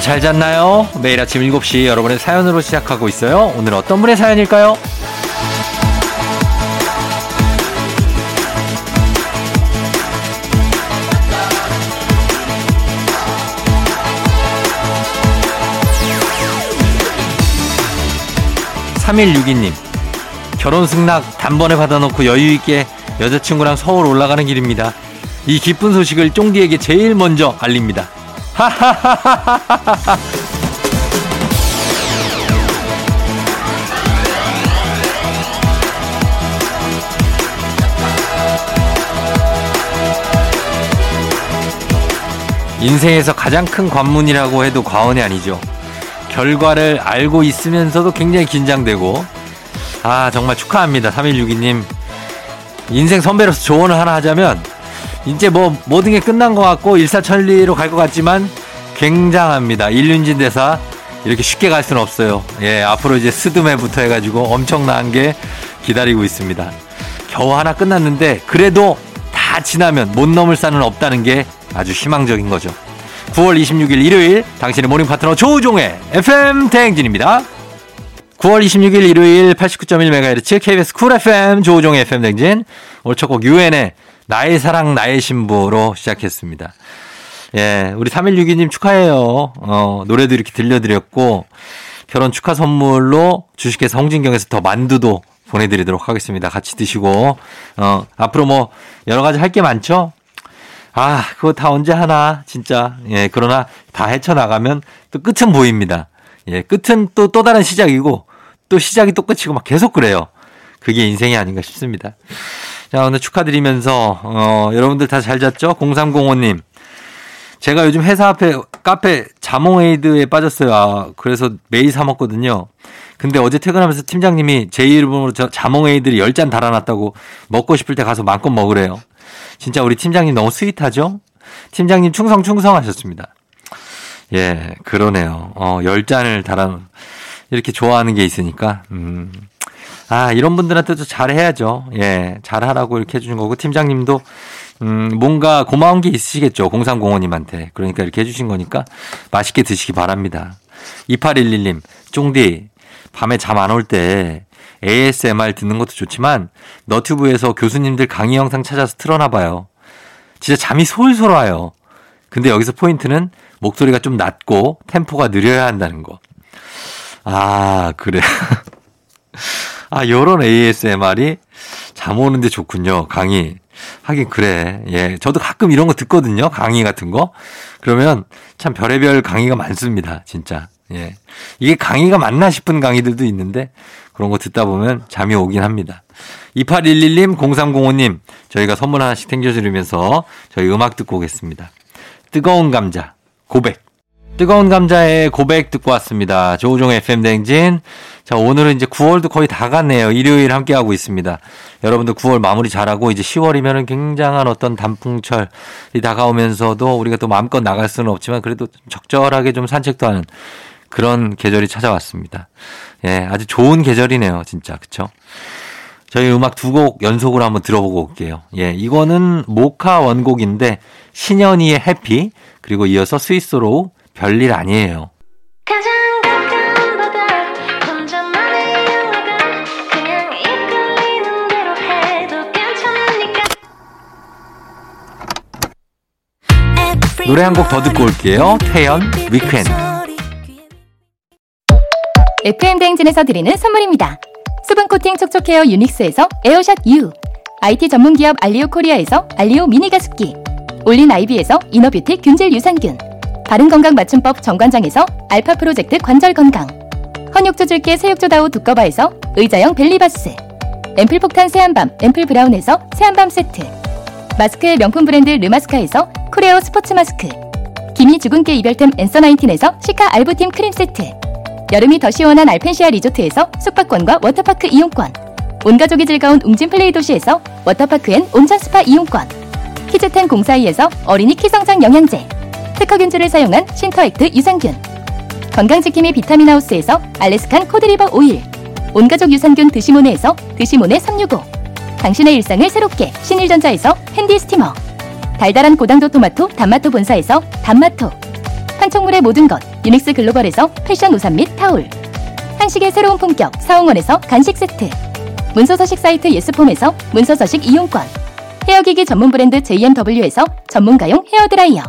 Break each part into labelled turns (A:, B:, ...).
A: 잘 잤나요? 매일 아침 7시 여러분의 사연으로 시작하고 있어요. 오늘 어떤 분의 사연일까요? 3162님. 결혼 승낙 단번에 받아놓고 여유있게 여자친구랑 서울 올라가는 길입니다. 이 기쁜 소식을 쫑디에게 제일 먼저 알립니다. 하하하하하하. 인생에서 가장 큰 관문이라고 해도 과언이 아니죠. 결과를 알고 있으면서도 굉장히 긴장되고 아 정말 축하합니다 3162님 인생 선배로서 조언을 하나 하자면 이제 뭐 모든 게 끝난 것 같고 일사천리로 갈 것 같지만 굉장합니다 일륜진 대사 이렇게 쉽게 갈 수는 없어요 예 앞으로 이제 스드메부터 해가지고 엄청난 게 기다리고 있습니다 겨우 하나 끝났는데 그래도 다 지나면 못 넘을 산은 없다는 게 아주 희망적인 거죠 9월 26일 일요일 당신의 모닝 파트너 조우종의 FM 대행진입니다. 9월 26일 일요일 89.1MHz KBS 쿨 FM 조우종의 FM 대행진 오늘 첫 곡 유엔의 나의 사랑 나의 신부로 시작했습니다. 예, 우리 3162님 축하해요. 어, 노래도 이렇게 들려드렸고 결혼 축하 선물로 주식회사 홍진경에서 더 만두도 보내드리도록 하겠습니다. 같이 드시고 어, 앞으로 뭐 여러 가지 할 게 많죠. 아, 그거 다 언제 하나, 진짜. 예, 그러나 다 헤쳐나가면 또 끝은 보입니다. 예, 끝은 또, 또 다른 시작이고, 또 시작이 또 끝이고 막 계속 그래요. 그게 인생이 아닌가 싶습니다. 자, 오늘 축하드리면서, 어, 여러분들 다 잘 잤죠? 0305님. 제가 요즘 회사 앞에 카페 자몽에이드에 빠졌어요. 아, 그래서 매일 사 먹거든요. 근데 어제 퇴근하면서 팀장님이 제 이름으로 저 자몽에이드를 10잔 달아놨다고 먹고 싶을 때 가서 마음껏 먹으래요. 진짜 우리 팀장님 너무 스윗하죠? 팀장님 충성충성 하셨습니다. 예, 그러네요. 어, 10잔을 달아, 이렇게 좋아하는 게 있으니까, 음. 아, 이런 분들한테도 잘해야죠. 예, 잘하라고 이렇게 해주는 거고, 팀장님도, 음, 뭔가 고마운 게 있으시겠죠. 0305님한테. 그러니까 이렇게 해주신 거니까 맛있게 드시기 바랍니다. 2811님, 쫑디, 밤에 잠 안 올 때 ASMR 듣는 것도 좋지만 너튜브에서 교수님들 강의 영상 찾아서 틀어놔 봐요. 진짜 잠이 솔솔 와요. 근데 여기서 포인트는 목소리가 좀 낮고 템포가 느려야 한다는 거. 아, 그래. 아, 요런 ASMR이 잠 오는데 좋군요. 강의. 하긴 그래. 예. 저도 가끔 이런 거 듣거든요. 강의 같은 거. 그러면 참 별의별 강의가 많습니다. 진짜. 예. 이게 강의가 맞나 싶은 강의들도 있는데 그런 거 듣다 보면 잠이 오긴 합니다. 2811님, 0305님, 저희가 선물 하나씩 챙겨드리면서 저희 음악 듣고 오겠습니다. 뜨거운 감자, 고백. 뜨거운 감자의 고백 듣고 왔습니다. 조우종 FM 댕진. 자, 오늘은 이제 9월도 거의 다 갔네요. 일요일 함께하고 있습니다. 여러분들 9월 마무리 잘하고 이제 10월이면은 굉장한 어떤 단풍철이 다가오면서도 우리가 또 마음껏 나갈 수는 없지만 그래도 적절하게 좀 산책도 하는 그런 계절이 찾아왔습니다. 예, 아주 좋은 계절이네요. 진짜. 그쵸? 저희 음악 두 곡 연속으로 한번 들어보고 올게요. 예, 이거는 모카 원곡인데 신현이의 해피 그리고 이어서 스위스로우 별일 아니에요.
B: 가장 가까운 바다 혼자만의 영화관 그냥 이끌리는 대로 해도 괜찮으니까
A: 노래 한 곡 더 듣고 올게요. 태연 위켄드.
C: FM 대행진에서 드리는 선물입니다. 수분 코팅 촉촉헤어 유닉스에서 에어샷 U, IT 전문 기업 알리오 코리아에서 알리오 미니 가습기, 올린 아이비에서 이너뷰티 균질 유산균, 바른 건강 맞춤법 정관장에서 알파 프로젝트 관절 건강, 헌육조 줄게 새육조다우 두꺼바에서 의자형 벨리바스, 앰플 폭탄 새한밤 앰플 브라운에서 새한밤 세트, 마스크의 명품 브랜드 르마스카에서 쿠레오 스포츠 마스크, 김이 주근깨 이별템 앤서 나인틴에서 시카 알부팀 크림 세트. 여름이 더 시원한 알펜시아 리조트에서 숙박권과 워터파크 이용권 온가족이 즐거운 웅진 플레이 도시에서 워터파크엔 온천 스파 이용권 키즈텐 공사이에서 어린이 키성장 영양제 특허균주를 사용한 신터액트 유산균 건강지킴이 비타민하우스에서 알래스칸 코드리버 오일 온가족 유산균 드시모네에서 드시모네 365 당신의 일상을 새롭게 신일전자에서 핸디 스티머 달달한 고당도 토마토 단마토 본사에서 단마토 판촉물의 모든 것 유닉스 글로벌에서 패션 우산 및 타올 한식의 새로운 품격 사홍원에서 간식 세트 문서서식 사이트 예스폼에서 문서서식 이용권 헤어기기 전문 브랜드 JMW에서 전문가용 헤어드라이어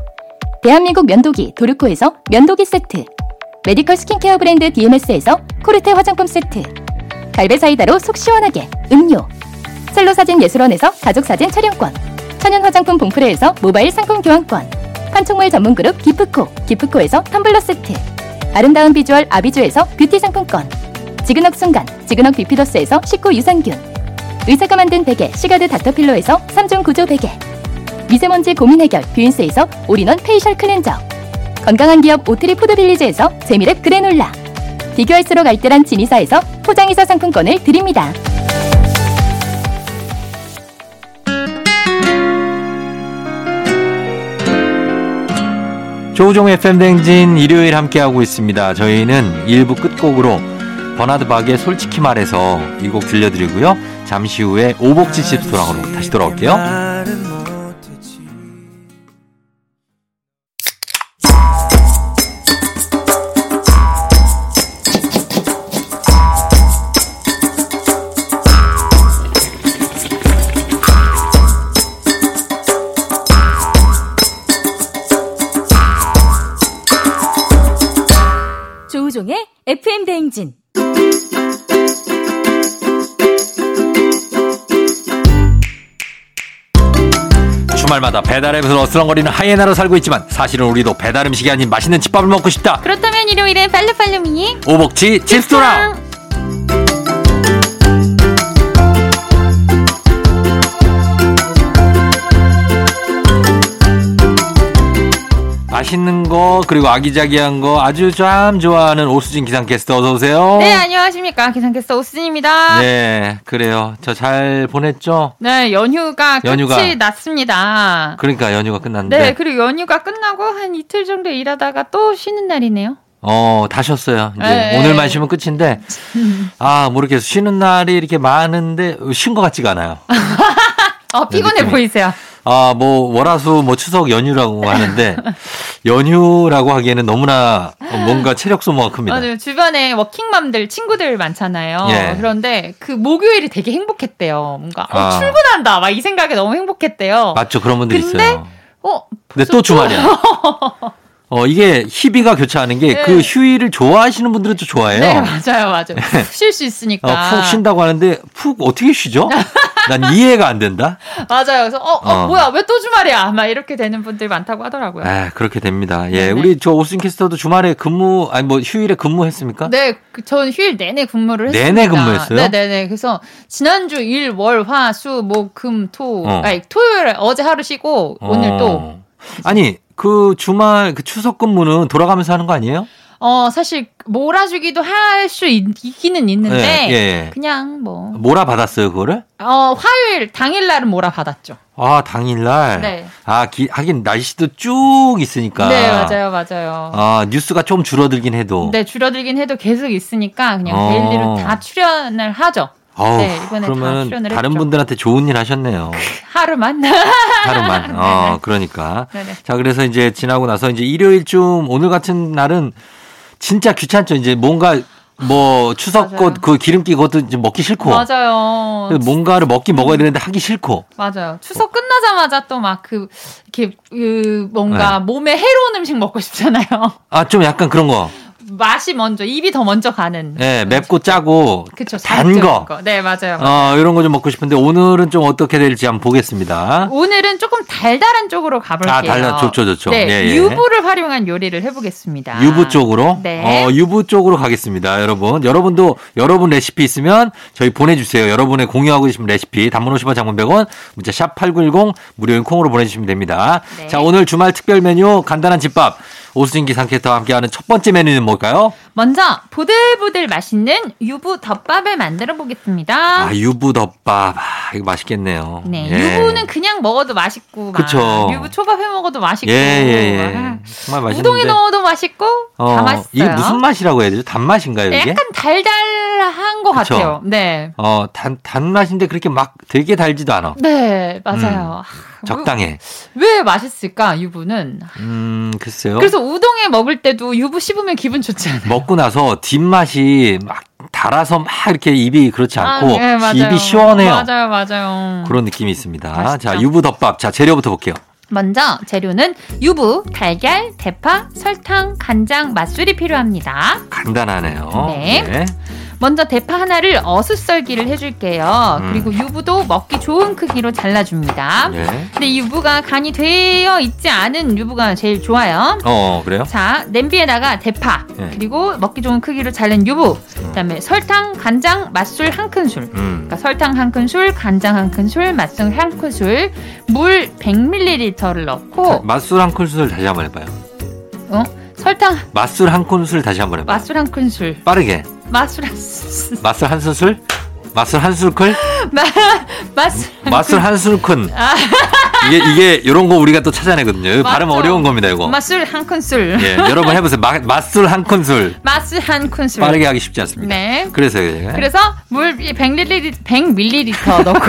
C: 대한민국 면도기 도르코에서 면도기 세트 메디컬 스킨케어 브랜드 DMS에서 코르테 화장품 세트 갈베 사이다로 속 시원하게 음료 셀로 사진 예술원에서 가족 사진 촬영권 천연 화장품 봉프레에서 모바일 상품 교환권 판촉물 전문 그룹 기프코 기프코에서 텀블러 세트 아름다운 비주얼 아비주에서 뷰티 상품권 지그넉 순간 지그넉 비피더스에서 식후 유산균 의사가 만든 베개 시가드 닥터필로에서 3중 구조 베개 미세먼지 고민 해결 뷰인스에서 올인원 페이셜 클렌저 건강한 기업 오트리 푸드빌리지에서 재미랩 그래놀라 비교할수록 알뜰한 진이사에서 포장이사 상품권을 드립니다.
A: 조우종 FM 댕진 일요일 함께하고 있습니다. 저희는 1부 끝곡으로 버나드 박의 솔직히 말해서 이 곡 들려드리고요. 잠시 후에 오복지 집 소랑으로 다시 돌아올게요.
D: 조우종의 FM 대행진.
A: 주말마다 배달앱에서 어슬렁거리는 하이에나로 살고 있지만 사실은 우리도 배달 음식이 아닌 맛있는 집밥을 먹고 싶다.
D: 그렇다면 일요일에 빨리빨리 미니.
A: 오복지 집소랑 맛있는 거 그리고 아기자기한 거 아주 참 좋아하는 오수진 기상캐스터 어서 오세요.
D: 네, 안녕하십니까. 기상캐스터 오스진입니다. 네.
A: 네, 그래요. 저 잘 보냈죠?
D: 연휴가 끝이
A: 연휴가.
D: 났습니다.
A: 그러니까 연휴가 끝났는데
D: 네, 그리고 연휴가 끝나고 한 이틀 정도 일하다가 또 쉬는 날이네요.
A: 어, 다 쉬었어요. 이제
D: 네.
A: 오늘만 쉬면 끝인데 아, 모르겠어. 쉬는 날이 이렇게 많은데 쉰 것 같지가 않아요.
D: 어, 피곤해
A: 네, 느낌이.
D: 보이세요.
A: 아, 뭐 월화수 뭐 추석 연휴라고 하는데 연휴라고 하기에는 너무나 뭔가 체력 소모가 큽니다.
D: 맞아요. 주변에 워킹맘들, 친구들 많잖아요.
A: 예.
D: 그런데 그 목요일이 되게 행복했대요. 뭔가, 어,
A: 아.
D: 출근한다. 막 이 생각에 너무 행복했대요.
A: 맞죠? 그런 분들
D: 근데
A: 있어요.
D: 어,
A: 근데 또 주말이야. 어, 이게 희비가 교차하는 게 그
D: 네.
A: 휴일을 좋아하시는 분들은 또 좋아해요.
D: 네, 맞아요. 맞아요. 쉴 수
A: 어,
D: 있으니까.
A: 푹 쉰다고 하는데 푹 어떻게 쉬죠? 난 이해가 안 된다.
D: 맞아요. 그래서 어, 어,
A: 어.
D: 뭐야 왜 또 주말이야? 막 이렇게 되는 분들 많다고 하더라고요.
A: 아 그렇게 됩니다. 예,
D: 네네.
A: 우리 저 오스틴 캐스터도 주말에 근무 아니 뭐 휴일에 근무했습니까?
D: 네, 그, 전 휴일 내내 근무를 했습니다.
A: 내내 근무했어요?
D: 네, 네, 네. 그래서 지난주 일, 월, 화, 수, 목, 금, 토,
A: 어.
D: 아니 토요일에 어제 하루 쉬고 오늘 또
A: 어. 아니 그 주말 그 추석 근무는 돌아가면서 하는 거 아니에요?
D: 어 사실 몰아주기도 할 수 있기는 있는데
A: 예, 예.
D: 그냥 뭐
A: 몰아 받았어요 그거를?
D: 어, 화요일 당일 날은 몰아 받았죠.
A: 아 당일날.
D: 네.
A: 아 기- 하긴 날씨도 쭉 있으니까.
D: 네, 맞아요, 맞아요.
A: 아 뉴스가 좀 줄어들긴 해도.
D: 네, 줄어들긴 해도 계속 있으니까 그냥
A: 어.
D: 데일리로 다 출연을 하죠.
A: 어우,
D: 네, 이번에 다
A: 그러면
D: 출연을
A: 다른
D: 했죠.
A: 분들한테 좋은 일 하셨네요.
D: 하루만.
A: 하루만. 어, 그러니까.
D: 네. 네네.
A: 자, 그래서 이제 지나고 나서 이제 일요일쯤 오늘 같은 날은 진짜 귀찮죠. 이제 뭔가 뭐 추석
D: 맞아요.
A: 것그 기름기 그것도 이제 먹기 싫고.
D: 맞아요.
A: 그래서 뭔가를 먹긴 먹어야 되는데 하기 싫고.
D: 맞아요. 추석 끝나자마자 또 막 그, 이렇게, 그,
A: 네.
D: 뭔가 몸에 해로운 음식 먹고 싶잖아요.
A: 아, 좀 약간 그런 거.
D: 맛이 먼저, 입이 더 먼저 가는.
A: 예, 맵고 짜고.
D: 그쵸.
A: 단 거.
D: 자극적인 네, 맞아요.
A: 어, 이런 거 좀 먹고 싶은데 오늘은 좀 어떻게 될지 한번 보겠습니다.
D: 오늘은 조금 달달한 쪽으로 가볼게요.
A: 아, 달라. 좋죠, 좋죠.
D: 네,
A: 예, 예.
D: 유부를 활용한 요리를 해보겠습니다.
A: 유부 쪽으로
D: 아, 네.
A: 어, 유부 쪽으로 가겠습니다 여러분 여러분도 여러분 레시피 있으면 저희 보내주세요 여러분의 공유하고 싶은 레시피 단문 50원 장문 100원 문자 샵 8910 무료인 콩으로 보내주시면 됩니다
D: 네.
A: 자 오늘 주말 특별 메뉴 간단한 집밥 오수진 기상캐스터와 함께하는 첫 번째 메뉴는 뭘까요
D: 먼저, 보들보들 맛있는 유부 덮밥을 만들어 보겠습니다.
A: 아 유부 덮밥 아, 이거 맛있겠네요
D: 네,
A: 예.
D: 유부는 그냥 먹어도 맛있고, 막
A: 그쵸.
D: 유부 초밥 해 먹어도 맛있고,
A: 예, 예,
D: 아,
A: 예. 정말 맛있는데
D: 우동에 넣어도 맛있고, 다 맛있어요.
A: 이게 무슨 맛이라고 해야 되죠 단맛인가요 이게
D: 약간 달달 칼칼한 것
A: 그쵸.
D: 같아요. 네.
A: 어, 단, 단맛인데 그렇게 막 되게 달지도 않아.
D: 네, 맞아요. 아,
A: 적당해.
D: 왜, 왜 맛있을까, 유부는?
A: 음, 글쎄요.
D: 그래서 우동에 먹을 때도 유부 씹으면 기분 좋지 않아요?
A: 먹고 나서 뒷맛이 막 달아서 막 이렇게 입이 그렇지 않고
D: 예, 맞아요.
A: 입이 시원해요.
D: 맞아요, 맞아요.
A: 그런 느낌이 있습니다.
D: 맛있죠.
A: 자, 유부덮밥. 자, 재료부터 볼게요.
D: 먼저 재료는 유부, 달걀, 대파, 설탕, 간장, 맛술이 필요합니다.
A: 간단하네요. 예.
D: 네. 먼저 대파 하나를 어슷썰기를 해줄게요.
A: 음.
D: 그리고 유부도 먹기 좋은 크기로 잘라줍니다.
A: 네.
D: 근데 이 유부가 간이 되어 있지 않은 유부가 제일 좋아요.
A: 어, 그래요?
D: 자, 냄비에다가 대파,
A: 네.
D: 그리고 먹기 좋은 크기로 자른 유부, 그다음에 설탕, 간장, 맛술 한 큰술.
A: 음.
D: 그러니까 설탕 한 큰술, 간장 한 큰술, 맛술 한 큰술, 물 100ml를 넣고
A: 맛술 한 큰술 다시 한번 해봐요.
D: 어? 설탕
A: 맛술 한 큰술 다시 한번 해봐요.
D: 맛술 한 큰술,
A: 빠르게.
D: 맛술 한 큰술,
A: 맛술 한 술술? 맛술 한 술클?
D: 맛술 한
A: 맛술 한 술큰. 이게, 이게, 요런 거 우리가 또 찾아내거든요. 이거 발음
D: 아. 맞죠.
A: 어려운 겁니다, 이거.
D: 맛술 한 큰술,
A: 뭐? 예, 여러분 해보세요. 마- 맛술 한 큰술.
D: 맛술 한 큰술.
A: 빠르게 하기 쉽지 않습니다.
D: 네.
A: 그래서 제가
D: 그래서 물 100ml, 100ml 넣고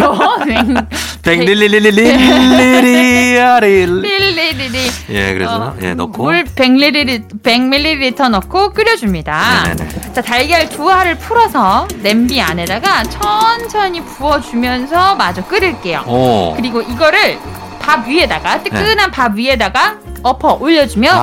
A: 100릴릴릴릴릴릴리아릴.
D: 100ml
A: 예, 그래서
D: 네. 어,
A: 예 넣고
D: 물 100ml, 100ml 넣고 끓여줍니다.
A: 네네네.
D: 자 달걀 두 알을 풀어서 냄비 안에다가 천천히 부어주면서 마저 끓일게요.
A: 오.
D: 그리고 이거를 밥 위에다가 뜨끈한 밥 위에다가 엎어 올려주면
A: 네. 아,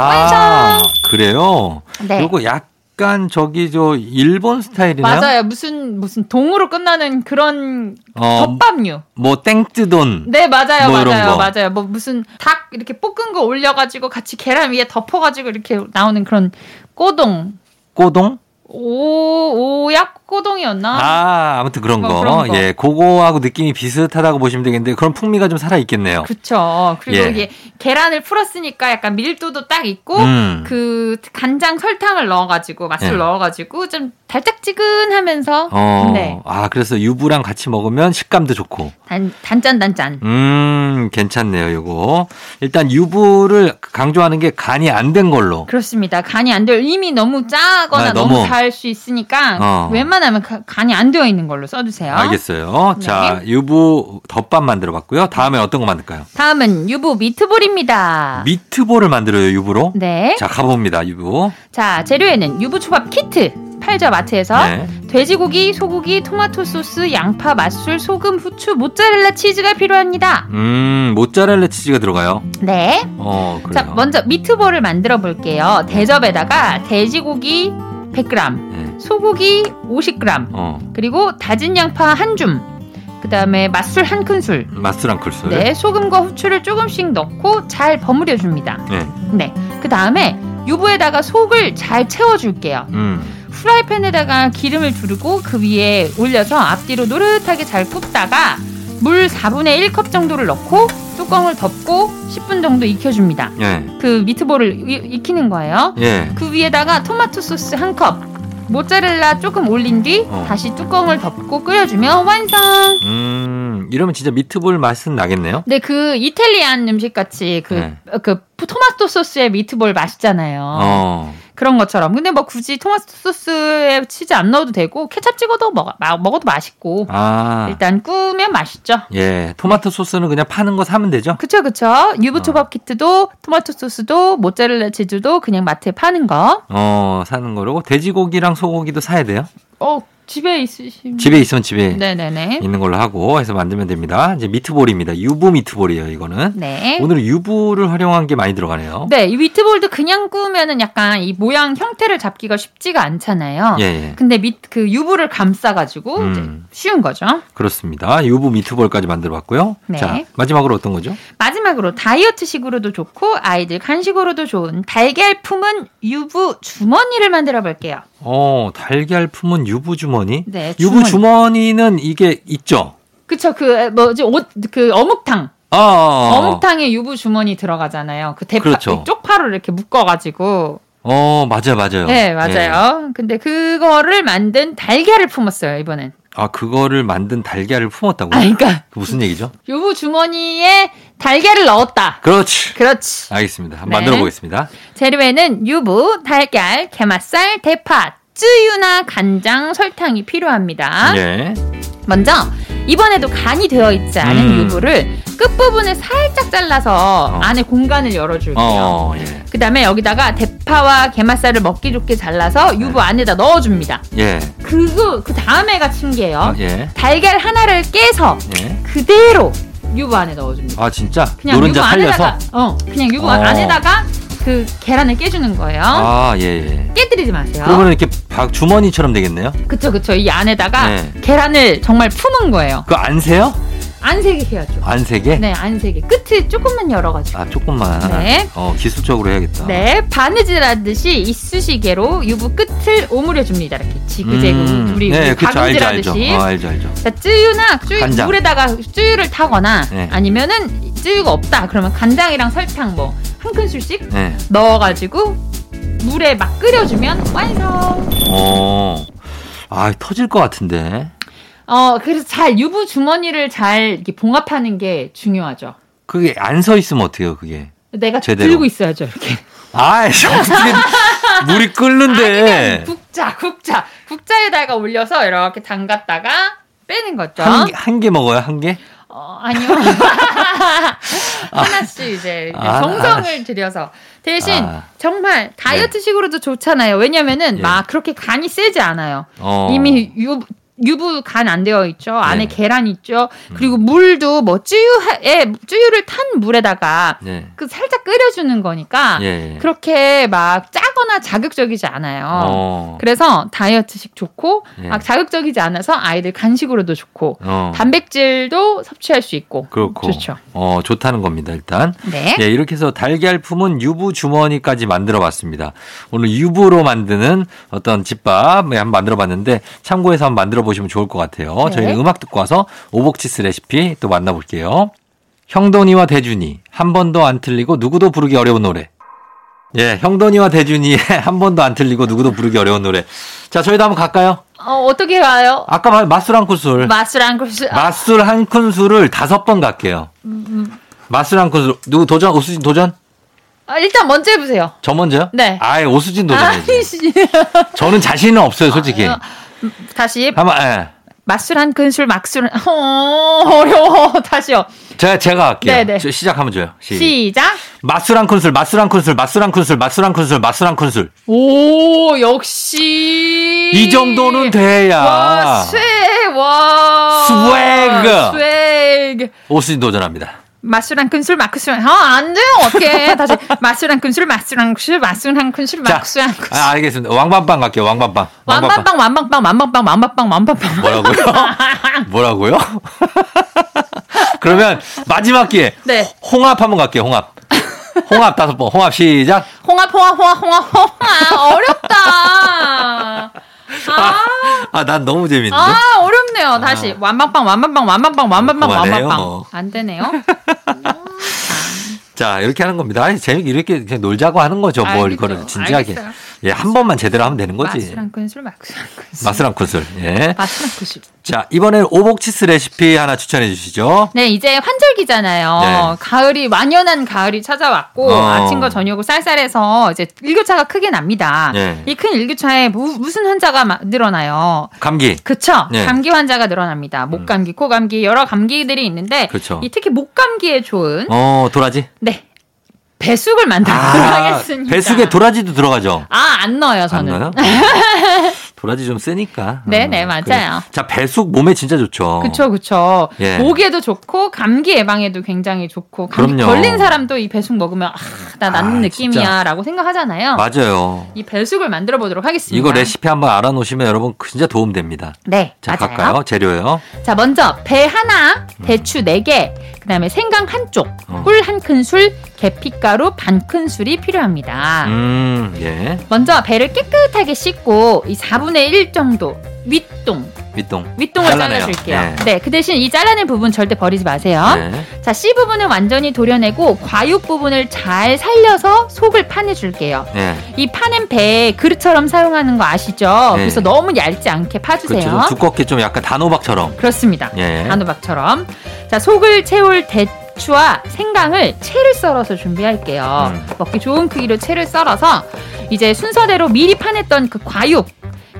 D: 완성.
A: 그래요.
D: 네.
A: 요거 약간 저기 저 일본 스타일이나요?
D: 맞아요. 무슨 무슨 동으로 끝나는 그런
A: 어,
D: 덮밥류.
A: 뭐 땡뜨돈.
D: 네 맞아요
A: 뭐 이런
D: 맞아요
A: 거.
D: 맞아요 뭐 무슨 닭 이렇게 볶은 거 올려가지고 같이 계란 위에 덮어가지고 이렇게 나오는 그런 꼬동
A: 꼬동?
D: 오 오약 꼬동이었나
A: 아, 아무튼 그런
D: 뭐
A: 거.
D: 그런 거.
A: 예, 그거하고 느낌이 비슷하다고 보시면 되겠는데 그런 풍미가 좀 살아 있겠네요.
D: 그쵸 그리고
A: 예.
D: 이게 계란을 풀었으니까 약간 밀도도 딱 있고
A: 음.
D: 그 간장 설탕을 넣어가지고 맛을
A: 예.
D: 넣어가지고 좀 달짝지근하면서
A: 어.
D: 네
A: 아, 그래서 유부랑 같이 먹으면 식감도 좋고.
D: 단, 단짠 단짠
A: 음, 괜찮네요, 요거. 일단 유부를 강조하는 게 간이 안 된 걸로.
D: 그렇습니다. 간이 안 되어 이미 너무 짜거나
A: 아,
D: 너무,
A: 너무.
D: 달 수 있으니까
A: 어.
D: 웬만하면 가- 간이 안 되어 있는 걸로 써주세요. 네.
A: 알겠어요. 자, 유부 덮밥 만들어 봤고요. 다음에 어떤 거 만들까요?
D: 다음은 유부 미트볼입니다.
A: 미트볼을 만들어요, 유부로.
D: 아. 네. 어?
A: 자, 가봅니다, 유부.
D: 자, 재료에는 유부 초밥 키트 팔죠 마트에서
A: 네.
D: 돼지고기, 소고기, 토마토 소스, 양파, 맛술, 소금, 후추, 모짜렐라 치즈가 필요합니다.
A: 음, 모짜렐라 치즈가 들어가요.
D: 네.
A: 어,
D: 자,
A: 그래요.
D: 먼저 미트볼을 만들어 볼게요. 대접에다가 돼지고기 100g,
A: 네.
D: 소고기 50g,
A: 어,
D: 그리고 다진 양파 한 줌, 그 다음에 맛술 한 큰술,
A: 마스랑 쿨술.
D: 네, 소금과 후추를 조금씩 넣고 잘 버무려 줍니다.
A: 네.
D: 네, 그 다음에 유부에다가 속을 잘 채워줄게요.
A: 음,
D: 후라이팬에다가 기름을 두르고 그 위에 올려서 앞뒤로 노릇하게 잘 굽다가 물 4분의 1컵 정도를 넣고 뚜껑을 덮고 10분 정도 익혀줍니다.
A: 예.
D: 그 미트볼을 이- 익히는 거예요.
A: 예.
D: 그 위에다가 토마토 소스 한 컵, 모짜렐라 조금 올린 뒤
A: 어.
D: 다시 뚜껑을 덮고 끓여주면 완성.
A: 음, 이러면 진짜 미트볼 맛은 나겠네요.
D: 네, 그 이탈리안 음식 같이 그,
A: 네.
D: 어, 그 토마토 소스에 미트볼 맛있잖아요.
A: 어.
D: 그런 것처럼. 근데 뭐 굳이 토마토 소스에 치즈 안 넣어도 되고 케찹 찍어도 먹, 마- 먹어도 맛있고
A: 아.
D: 일단 꾸면 맛있죠.
A: 예. 토마토 소스는 그냥 파는 거 사면 되죠?
D: 그쵸 그쵸. 유부
A: 어.
D: 초밥 키트도 토마토 소스도 모짜렐라 치즈도 그냥 마트에 파는 거.
A: 어, 사는 거고 돼지고기랑 소고기도 사야 돼요.
D: 어 집에 있으시면.
A: 집에 예. 있으면 집에
D: 네네네.
A: 있는 걸로 하고 해서 만들면 됩니다. 이제 미트볼입니다. 유부 미트볼이에요, 이거는.
D: 네.
A: 오늘 뭐? 유부를 활용한 게 많이 들어가네요.
D: 네, 이 위트볼도 그냥 꾸면은 약간 이 모양 형태를 잡기가 쉽지가 않잖아요.
A: 예, 예.
D: 근데 밑 그 유부를 감싸가지고
A: 음.
D: 이제 쉬운 거죠.
A: 그렇습니다. 유부 미트볼까지 만들어 봤고요.
D: 네.
A: 자, 마지막으로 어떤 거죠?
D: 마지막으로 다이어트식으로도 좋고 아이들 간식으로도 좋은 달걀 품은 유부 주머니를 만들어 볼게요.
A: 어, 달걀 품은 유부 주머니?
D: 네,
A: 유부 주머니는 이게 있죠?
D: 그쵸 그 뭐지 옷 그 어묵탕
A: 아, 어,
D: 어묵탕에 유부 주머니 들어가잖아요. 그 대파
A: 그렇죠.
D: 그 쪽파로 이렇게 묶어가지고
A: 어, 맞아요, 맞아요.
D: 네
A: 예.
D: 맞아요. 근데 그거를 만든 달걀을 품었어요 이번엔.
A: 아, 그거를 만든 달걀을 품었다고요?
D: 아 그러니까
A: 그 무슨 얘기죠?
D: 유부 주머니에 달걀을 넣었다.
A: 그렇지.
D: 그렇지.
A: 알겠습니다. 한번
D: 네.
A: 만들어 보겠습니다.
D: 재료에는 유부, 달걀, 게맛살, 대파, 쯔유나 간장, 설탕이 필요합니다.
A: 예.
D: 먼저 이번에도 간이 되어 있지 않은
A: 음.
D: 유부를 끝부분을 살짝 잘라서
A: 어.
D: 안에 공간을 열어줄게요.
A: 어, 예.
D: 그 다음에 여기다가 대파와 게맛살을 먹기 좋게 잘라서
A: 네.
D: 유부 안에다 넣어줍니다.
A: 예.
D: 그리고 그 다음에가 신기해요.
A: 아, 예.
D: 달걀 하나를 깨서
A: 예.
D: 그대로 유부 안에 넣어줍니다.
A: 아, 진짜?
D: 그냥
A: 노른자
D: 유부
A: 살려서?
D: 안에다가 어 그냥 유부
A: 어.
D: 안에다가 그 계란을 깨주는 거예요.
A: 아, 예, 예.
D: 깨뜨리지 마세요.
A: 그러면 이렇게 박 주머니처럼 되겠네요?
D: 그쵸 그쵸 이 안에다가
A: 네.
D: 계란을 정말 품은 거예요.
A: 그거 안 세요?
D: 안 세게 해야죠.
A: 안 세게?
D: 네, 안 세게. 끝을 조금만 열어가지고.
A: 아, 조금만.
D: 네.
A: 어, 기술적으로 해야겠다.
D: 네, 바느질 하듯이 이쑤시개로 유부 끝을 오므려줍니다. 이렇게 지그재그
A: 음,
D: 우리
A: 네,
D: 네,
A: 그쵸,
D: 바느질
A: 알죠, 알죠.
D: 하듯이.
A: 어, 알죠, 알죠.
D: 자, 쯔유나 쯔
A: 간장.
D: 물에다가 쯔유를 타거나
A: 네.
D: 아니면은 쯔유가 없다. 그러면 간장이랑 설탕 뭐 한 큰술씩
A: 네.
D: 넣어가지고 물에 막 끓여주면 완성.
A: 어. 아, 터질 것 같은데.
D: 어, 그래서 잘 유부 주머니를 잘 이렇게 봉합하는 게 중요하죠.
A: 그게 안 서 있으면 어때요, 그게?
D: 내가
A: 제대로.
D: 들고 있어야죠, 이렇게.
A: 아이, 어떻게 물이 끓는데.
D: 국자, 국자, 국자에다가 올려서 이렇게 담갔다가 빼는 거죠.
A: 한, 개- 한 개 먹어요, 한 개?
D: 어, 아니요. 하나씩 이제
A: 아,
D: 정성을 들여서 대신
A: 아.
D: 정말 다이어트식으로도 좋잖아요. 왜냐면은
A: 예.
D: 막 그렇게 간이 세지 않아요.
A: 어.
D: 이미 유 유부 간 안 되어 있죠. 안에
A: 네. 음.
D: 계란 있죠. 그리고 물도 뭐 쯔유에 쯔유를 탄 물에다가
A: 네.
D: 그 살짝 끓여주는 거니까
A: 예. 예.
D: 아, 그렇게 막 짜거나 자극적이지 않아요.
A: 어.
D: 그래서 다이어트식 좋고
A: 예.
D: 막 자극적이지 않아서 아이들 간식으로도 좋고
A: 어.
D: 단백질도 섭취할 수 있고
A: 그렇고.
D: 좋죠.
A: 어, 좋다는 겁니다, 일단.
D: 네.
A: 예, 이렇게 해서 달걀 품은 유부 주머니까지 만들어 봤습니다. 오늘 유부로 만드는 어떤 집밥 한번 만들어 봤는데 참고해서 한번 만들어 보시면 좋을 것 같아요.
D: 네.
A: 저희는 음악 듣고 와서 오복치스 레시피 또 만나볼게요. 형돈이와 대준이 한 번도 안 틀리고 누구도 부르기 어려운 노래. 예, 형돈이와 대준이의 한 번도 안 틀리고 누구도 부르기 어려운 노래. 자, 저희도 한번 갈까요?
D: 어, 어떻게 가요?
A: 아까 네. 말 맛술 한 큰술.
D: 마술한 것이 아,
A: 맛술 한 큰술을 다섯 번 갈게요. 맛술 한 큰술. 누구 도전? 오수진 도전?
D: 아, 일단 먼저 해보세요.
A: 저 먼저요?
D: 네.
A: 아예 오수진 도전해야지.
D: 아니시.
A: 저는 자신은 없어요, 솔직히.
D: 아, 다시
A: 한번, 예.
D: 마술한 근술 막술 어, 어려워 다시요.
A: 제가, 제가 할게요.
D: 네, 네.
A: 저 시작하면 줘요. 시작.
D: 시작.
A: 맛술 한 큰술, 맛술 한 큰술, 맛술 한 큰술, 맛술 한 큰술, 맛술 한 큰술.
D: 오 역시
A: 이 정도는 돼야.
D: 와 쇠,
A: 스웨그.
D: 와 스웨그.
A: 오수진 도전합니다.
D: 마술한 큰술 마술한 아, 안 돼요 어떻게 다시 마술한 큰술 마술한 큰술 마술한 큰술
A: 자,
D: 마술한 큰술
A: 아, 알겠습니다. 왕밤빵 갈게요, 왕밤빵.
D: 완반빵 완반빵 완반빵 완반빵 완반빵
A: 뭐라고요? 뭐라고요? 그러면 마지막 기회.
D: 네.
A: 홍합 한번 갈게요, 홍합. 홍합 다섯 번, 홍합 시작.
D: 홍합 홍합 홍합 홍합 홍합 어렵다 아,
A: 아, 난 너무 재밌는데.
D: 아 어렵네요 다시 완반빵 완반빵 완반빵 완반빵
A: 그만해요,
D: 완반빵
A: 뭐.
D: 안 되네요
A: 자, 이렇게 하는 겁니다. 아니, 재밌게 이렇게 그냥 놀자고 하는 거죠. 뭘
D: 알겠죠.
A: 이거를 진지하게.
D: 알겠어요.
A: 예, 한 번만 제대로 하면 되는 거지.
D: 마술한 큰술 마술한
A: 마스랑
D: 큰술
A: 쿤술. 예.
D: 마술한 큰술
A: 자, 이번엔 오복치스 레시피 하나 추천해 주시죠.
D: 네, 이제 환절기잖아요.
A: 네.
D: 가을이 완연한 가을이 찾아왔고
A: 어.
D: 아침과 저녁으로 쌀쌀해서 이제 일교차가 크게 납니다.
A: 네.
D: 이 큰 일교차에 무, 무슨 환자가 마- 늘어나요?
A: 감기.
D: 그쵸?
A: 네. 음.
D: 감기 환자가 늘어납니다. 목 감기, 코 감기 여러 감기들이 있는데
A: 그쵸.
D: 이 특히 목 감기에 좋은
A: 어, 도라지?
D: 네 배숙을 만들도록 하겠습니다.
A: 아, 배숙에 도라지도 들어가죠.
D: 아안 넣어요
A: 안
D: 저는.
A: 나요? 도라지 좀 세니까.
D: 네네,
A: 음,
D: 맞아요.
A: 자, 배숙 몸에 진짜 좋죠.
D: 그쵸 그쵸.
A: 어. 예.
D: 목에도 좋고 감기 예방에도 굉장히 좋고 감기
A: 그럼요.
D: 걸린 사람도 이 배숙 먹으면 아나 낫는
A: 아, 진짜.
D: 느낌이야라고 생각하잖아요.
A: 맞아요.
D: 이 배숙을 만들어 보도록 하겠습니다.
A: 이거 레시피 한번 알아놓으시면 여러분 진짜 도움 됩니다.
D: 네,
A: 자,
D: 맞아요.
A: 갈까요? 재료요.
D: 자, 먼저 배 하나, 대추 네 개, 그다음에 생강 한 쪽,
A: 어.
D: 꿀 한 큰술, 계피가루 반 큰술이 필요합니다.
A: 음, 예.
D: 먼저 배를 깨끗하게 씻고 이 4분의 1 정도 윗동,
A: 밑동.
D: 윗동을
A: 잘라내요.
D: 잘라줄게요.
A: 네.
D: 네. 그 대신 이 잘라낸 부분 절대 버리지 마세요.
A: 네.
D: 자, 씨 부분은 완전히 도려내고 과육 부분을 잘 살려서 속을 파내줄게요.
A: 네.
D: 이 파낸 배 그릇처럼 사용하는 거 아시죠?
A: 네.
D: 그래서 너무 얇지 않게 파주세요.
A: 그렇죠. 좀 두껍게 좀 약간 단호박처럼.
D: 그렇습니다.
A: 예.
D: 단호박처럼. 자, 속을 채울 대추와 생강을 채를 썰어서 준비할게요.
A: 음.
D: 먹기 좋은 크기로 채를 썰어서 이제 순서대로 미리 파냈던 그 과육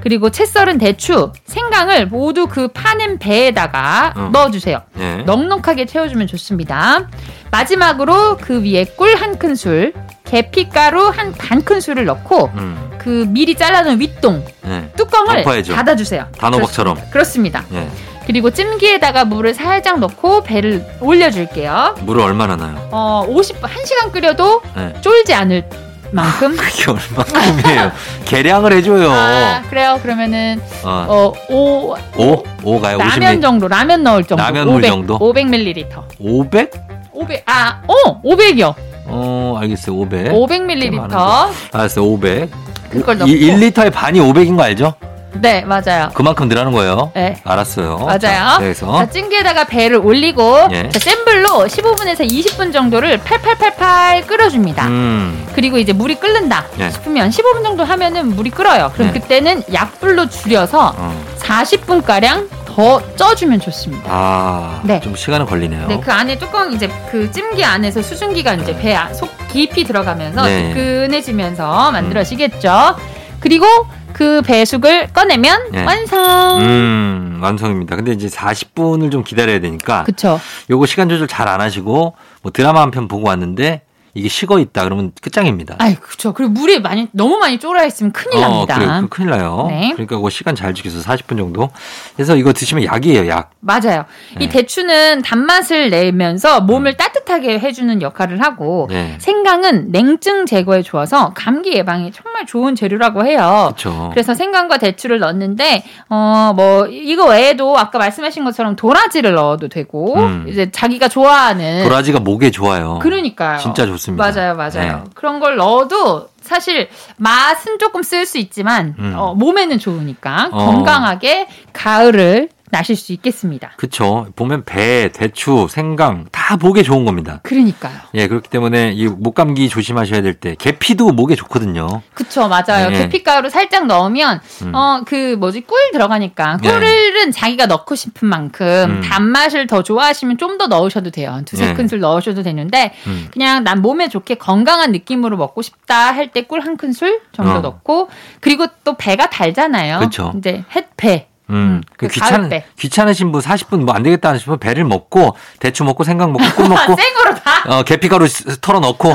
D: 그리고 채썰은 대추, 생강을 모두 그 파는 배에다가
A: 어.
D: 넣어주세요.
A: 예.
D: 넉넉하게 채워주면 좋습니다. 마지막으로 그 위에 꿀 한 큰술, 계피가루 한 반 큰술을 넣고
A: 음,
D: 그 미리 잘라놓은 윗동
A: 예.
D: 뚜껑을
A: 덮어야죠.
D: 닫아주세요.
A: 단호박처럼.
D: 그렇습니다.
A: 예.
D: 그렇습니다. 그리고 찜기에다가 물을 살짝 넣고 배를 올려줄게요.
A: 물을 얼마나 넣어요?
D: 어, 50, 1시간 끓여도
A: 예.
D: 쫄지 않을 만큼.
A: 그게 얼마큼이에요? 계량을 해줘요.
D: 아, 그래요. 그러면은,
A: 어.
D: 어, 오,
A: 오? 오 가요?
D: 라면
A: 50ml?
D: 정도, 라면 넣을 정도.
A: 라면 물 정도?
D: 500ml.
A: 500?
D: 500, 아, 어, 500이요.
A: 어, 알겠어요. 500.
D: 500ml.
A: 알았어요. 500.
D: 그걸 넣고.
A: 1리터에 반이 500인 거 알죠?
D: 네, 맞아요.
A: 그만큼 넣으라는 거예요.
D: 네.
A: 알았어요.
D: 맞아요.
A: 자, 그래서
D: 자, 찜기에다가 배를 올리고
A: 예.
D: 자, 센 불로 15분에서 20분 정도를 팔팔팔팔 끓여줍니다.
A: 음,
D: 그리고 이제 물이 끓는다
A: 예.
D: 싶으면 15분 정도 하면은 물이 끓어요. 그럼
A: 예.
D: 그때는 약불로 줄여서
A: 어.
D: 40분 가량 더 쪄주면 좋습니다.
A: 아,
D: 네.
A: 좀 시간은 걸리네요.
D: 네, 그 안에 뚜껑 이제 그 찜기 안에서 수증기가 이제 배 아, 속 깊이 들어가면서
A: 네. 음.
D: 뜨끈해지면서 만들어지겠죠. 그리고 그 배숙을 꺼내면
A: 예.
D: 완성.
A: 음, 완성입니다. 근데 이제 40분을 좀 기다려야 되니까
D: 그쵸.
A: 요거 시간 조절 잘 안 하시고 뭐 드라마 한 편 보고 왔는데 이게 식어 있다 그러면 끝장입니다.
D: 아이 그렇죠. 그쵸. 그리고 물이 많이 너무 많이 쫄아 있으면 큰일
A: 어,
D: 납니다.
A: 그래, 그 큰일 나요.
D: 네.
A: 그러니까 그 시간 잘 지켜서 40분 정도. 그래서 이거 드시면 약이에요, 약.
D: 맞아요. 이
A: 네. 음.
D: 대추는 단맛을 내면서 몸을 따뜻하게 해주는 역할을 하고
A: 네.
D: 생강은 냉증 제거에 좋아서 감기 예방에 정말 좋은 재료라고 해요.
A: 그렇죠.
D: 그래서 생강과 대추를 넣었는데 어 뭐 이거 외에도 아까 말씀하신 것처럼 도라지를 넣어도 되고
A: 음.
D: 이제 자기가 좋아하는
A: 도라지가 목에 좋아요.
D: 그러니까요.
A: 진짜 좋습니다.
D: 맞아요, 맞아요.
A: 네.
D: 그런 걸 넣어도 사실 맛은 조금 쓸 수 있지만
A: 음.
D: 어, 몸에는 좋으니까
A: 어.
D: 건강하게 가을을 나실 수 있겠습니다.
A: 그렇죠. 보면 배, 대추, 생강 다 목에 좋은 겁니다.
D: 그러니까요.
A: 예, 그렇기 때문에 이 목감기 조심하셔야 될 때 계피도 목에 좋거든요.
D: 그쵸, 맞아요.
A: 네.
D: 계피가루 살짝 넣으면,
A: 음.
D: 어, 그, 뭐지, 꿀 들어가니까.
A: 네.
D: 꿀은 자기가 넣고 싶은 만큼
A: 음.
D: 단맛을 더 좋아하시면 좀 더 넣으셔도 돼요. 한 두세
A: 네.
D: 큰술 넣으셔도 되는데,
A: 음.
D: 그냥 난 몸에 좋게 건강한 느낌으로 먹고 싶다 할 때 꿀 한 큰술 정도
A: 어.
D: 넣고, 그리고 또 배가 달잖아요.
A: 그쵸.
D: 이제 햇배.
A: 음, 그
D: 그
A: 귀찮,
D: 가을배.
A: 귀찮으신 분 40분 뭐 안 되겠다 하시면 배를 먹고 대추 먹고 생강 먹고 꿀 먹고
D: 아, 생으로 다
A: 어, 계피가루 스- 털어 넣고